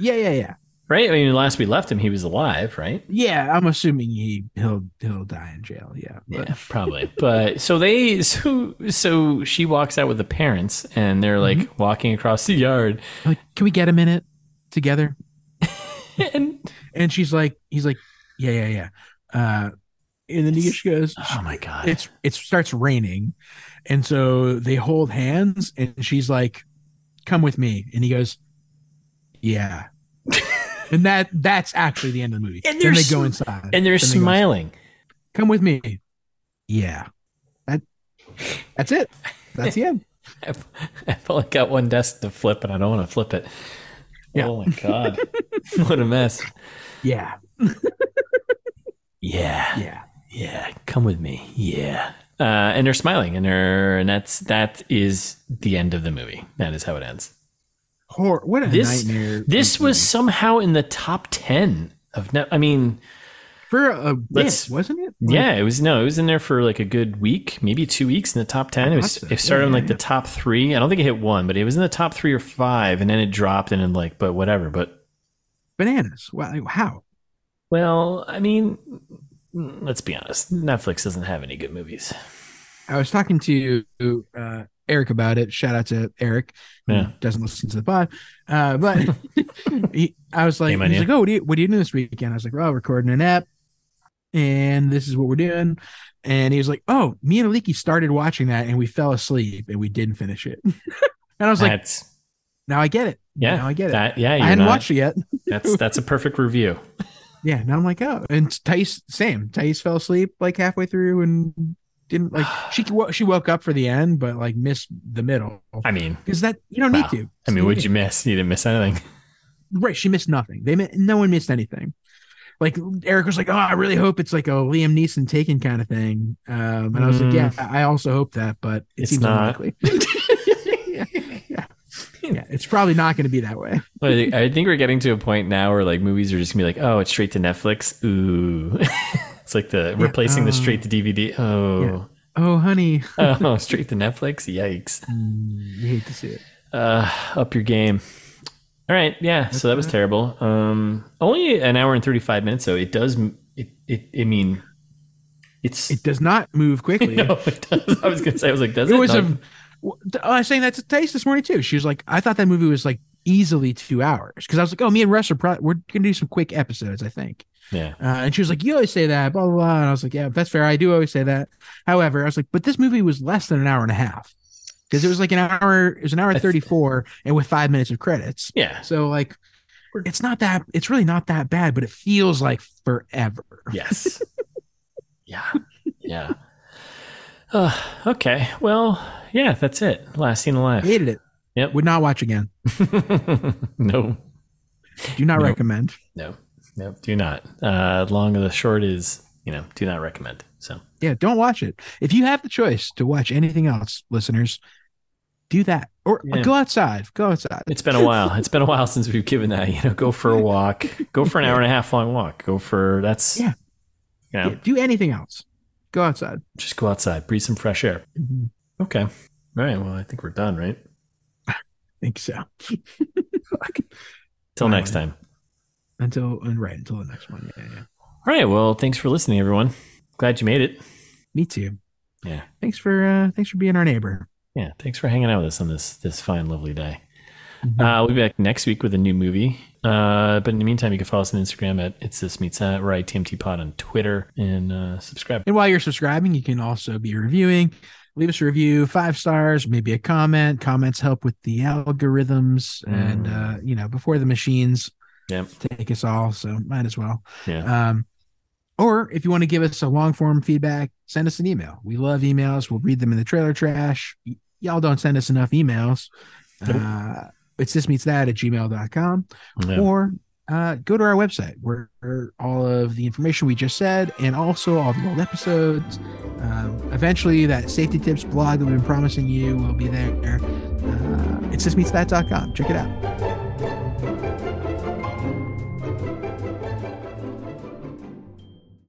[SPEAKER 1] Yeah, yeah, yeah,
[SPEAKER 2] Right? I mean, last we left him, he was alive, right?
[SPEAKER 1] yeah. I'm assuming he he'll he'll die in jail. Yeah, but
[SPEAKER 2] Yeah, <laughs> probably. But so they so so she walks out with the parents and they're like walking across the yard
[SPEAKER 1] like, can we get a minute together?
[SPEAKER 2] and
[SPEAKER 1] And she's like, he's like, yeah, yeah, yeah. Uh, and then he just <sighs> goes,
[SPEAKER 2] oh my god.
[SPEAKER 1] it's it starts raining, and so they hold hands, and she's like, come with me, and he goes, <laughs> yeah. And that that's actually the end of the movie.
[SPEAKER 2] And
[SPEAKER 1] then
[SPEAKER 2] they're
[SPEAKER 1] they go
[SPEAKER 2] sm-
[SPEAKER 1] inside.
[SPEAKER 2] and they're
[SPEAKER 1] Then they go inside.
[SPEAKER 2] smiling.
[SPEAKER 1] come with me. Yeah. That, that's it. That's the <laughs> end.
[SPEAKER 2] <laughs> I've, I've only got one desk to flip and I don't want to flip it.
[SPEAKER 1] Yeah.
[SPEAKER 2] Oh my god. <laughs> what a mess.
[SPEAKER 1] Yeah.
[SPEAKER 2] Yeah.
[SPEAKER 1] Yeah.
[SPEAKER 2] Yeah. Come with me. Yeah. Uh, and they're smiling and they're and that's that is the end of the movie. That is how it ends.
[SPEAKER 1] Hor- what a
[SPEAKER 2] This-
[SPEAKER 1] nightmare.
[SPEAKER 2] This was somehow in the top ten of ne- I mean
[SPEAKER 1] for a
[SPEAKER 2] Let's-
[SPEAKER 1] bit, wasn't it? Like,
[SPEAKER 2] Yeah, it was no, it was in there for like a good week, maybe two weeks in the top ten. It was
[SPEAKER 1] Awesome.
[SPEAKER 2] it started in
[SPEAKER 1] Yeah,
[SPEAKER 2] like
[SPEAKER 1] yeah,
[SPEAKER 2] the top three. I don't think it hit one, but it was in the top three or five, and then it dropped and then like, but whatever. But
[SPEAKER 1] Bananas. Wow. like, How?
[SPEAKER 2] well, I mean, let's be honest, Netflix doesn't have any good movies.
[SPEAKER 1] I was talking to uh, Eric about it. Shout out to Eric. who
[SPEAKER 2] Yeah.
[SPEAKER 1] Doesn't listen to the pod. Uh, but
[SPEAKER 2] <laughs>
[SPEAKER 1] he, I was like,
[SPEAKER 2] Shame on
[SPEAKER 1] he's
[SPEAKER 2] you.
[SPEAKER 1] like, oh, what are you, what are you doing this weekend? I was like, well, recording an app. And this is what we're doing. And he was like, oh, me and Aliki started watching that and we fell asleep and we didn't finish it. <laughs> and I was like,
[SPEAKER 2] that's
[SPEAKER 1] now I get it.
[SPEAKER 2] yeah,
[SPEAKER 1] now I get it.
[SPEAKER 2] that yeah,
[SPEAKER 1] I
[SPEAKER 2] you're
[SPEAKER 1] hadn't
[SPEAKER 2] not.
[SPEAKER 1] watched it yet.
[SPEAKER 2] that's that's a perfect review.
[SPEAKER 1] Yeah. Now I'm like, oh, and Thais, same. Thais fell asleep like halfway through and didn't
[SPEAKER 2] <sighs>
[SPEAKER 1] like she wo- she woke up for the end, but like missed the middle
[SPEAKER 2] I mean,
[SPEAKER 1] because that you don't
[SPEAKER 2] Wow.
[SPEAKER 1] need to.
[SPEAKER 2] I mean,
[SPEAKER 1] <laughs>
[SPEAKER 2] what'd you miss? You didn't miss anything.
[SPEAKER 1] Right. She missed nothing. They mi- no one missed anything. Like Eric was like, oh, I really hope it's like a Liam Neeson taken kind of thing. Um, and I was like,
[SPEAKER 2] Mm.
[SPEAKER 1] yeah, I I also hope that, but it
[SPEAKER 2] It's
[SPEAKER 1] seems
[SPEAKER 2] not.
[SPEAKER 1] unlikely. <laughs> yeah, yeah, yeah, it's probably not going to be that way.
[SPEAKER 2] But I think- I think we're getting to a point now where like movies are just gonna be like, oh, it's straight to Netflix. Ooh, <laughs> it's like the
[SPEAKER 1] Yeah,
[SPEAKER 2] replacing the
[SPEAKER 1] uh,
[SPEAKER 2] straight to DVD. Oh,
[SPEAKER 1] Oh, honey,
[SPEAKER 2] <laughs> oh, straight to Netflix. Yikes.
[SPEAKER 1] Mm, you hate to see it.
[SPEAKER 2] Uh, up your game. All right, yeah. So that was terrible. Um, only an hour and thirty five minutes, so it does. It, it I mean, it's.
[SPEAKER 1] It does not move quickly.
[SPEAKER 2] <laughs> no,
[SPEAKER 1] <laughs>
[SPEAKER 2] it does. I was gonna say, I was like, does
[SPEAKER 1] it
[SPEAKER 2] it?
[SPEAKER 1] was
[SPEAKER 2] No,
[SPEAKER 1] a. w- th- I was saying that to Taste this morning too. She was like, I thought that movie was like easily two hours because I was like, oh, me and Russ are probably we're gonna do some quick episodes, I think.
[SPEAKER 2] yeah.
[SPEAKER 1] Uh, and she was like, you always say that, blah blah blah. And I was like, yeah, that's fair. I do always say that. However, I was like, but this movie was less than an hour and a half because it was like an hour. It was an hour
[SPEAKER 2] I
[SPEAKER 1] and
[SPEAKER 2] th-
[SPEAKER 1] thirty four, and with five minutes of credits.
[SPEAKER 2] Yeah.
[SPEAKER 1] So like, it's not that. It's really not that bad, but it feels like forever.
[SPEAKER 2] Yes. <laughs> yeah. Yeah. Uh, okay. Well, yeah, that's it. Last seen alive.
[SPEAKER 1] Hated it.
[SPEAKER 2] Yep.
[SPEAKER 1] Would not watch again.
[SPEAKER 2] <laughs> no.
[SPEAKER 1] Do not
[SPEAKER 2] Nope.
[SPEAKER 1] recommend.
[SPEAKER 2] No. No. Do not. Uh, long of the short is, you know, do not recommend. So.
[SPEAKER 1] Yeah, don't watch it. If you have the choice to watch anything else, listeners, do that. Or
[SPEAKER 2] Yeah.
[SPEAKER 1] go outside. Go outside.
[SPEAKER 2] It's been a while. It's been a while since we've given that. You know, go for a walk. Go for an hour and a half long walk. Go for that's.
[SPEAKER 1] Yeah.
[SPEAKER 2] You know,
[SPEAKER 1] Yeah, do anything else. Go outside.
[SPEAKER 2] just go outside, breathe some fresh air.
[SPEAKER 1] Mhm.
[SPEAKER 2] Okay. All right. Well, I think we're done, right?
[SPEAKER 1] think so.
[SPEAKER 2] Till
[SPEAKER 1] All
[SPEAKER 2] next
[SPEAKER 1] right.
[SPEAKER 2] time.
[SPEAKER 1] <laughs> Until and right until the next one. Yeah, yeah.
[SPEAKER 2] All right. Well, thanks for listening, everyone. Glad you made it.
[SPEAKER 1] Me too.
[SPEAKER 2] Yeah.
[SPEAKER 1] Thanks for uh thanks for being our neighbor.
[SPEAKER 2] Yeah. Thanks for hanging out with us on this this fine, lovely day. Uh, we'll be back next week with a new movie. Uh, but in the meantime, you can follow us on Instagram at It's This Meets That. We're ITMT Pod on Twitter and uh, subscribe.
[SPEAKER 1] And while you're subscribing, you can also be reviewing. Leave us a review, five stars, maybe a comment. Comments help with the algorithms and
[SPEAKER 2] Mm.
[SPEAKER 1] uh, you know, before the machines
[SPEAKER 2] Yep.
[SPEAKER 1] take us all, so might as well.
[SPEAKER 2] Yeah.
[SPEAKER 1] Um or if you want to give us a long form feedback, send us an email. We love emails. We'll read them in the trailer trash. Y- y'all don't send us enough emails.
[SPEAKER 2] Nope.
[SPEAKER 1] Uh, it's this meets that at gmail.com
[SPEAKER 2] Yeah.
[SPEAKER 1] or uh, go to our website where all of the information we just said and also all the old episodes. Um, eventually, that safety tips blog that we've been promising you will be there. Uh, it's thismeetsthat.com. Check it out.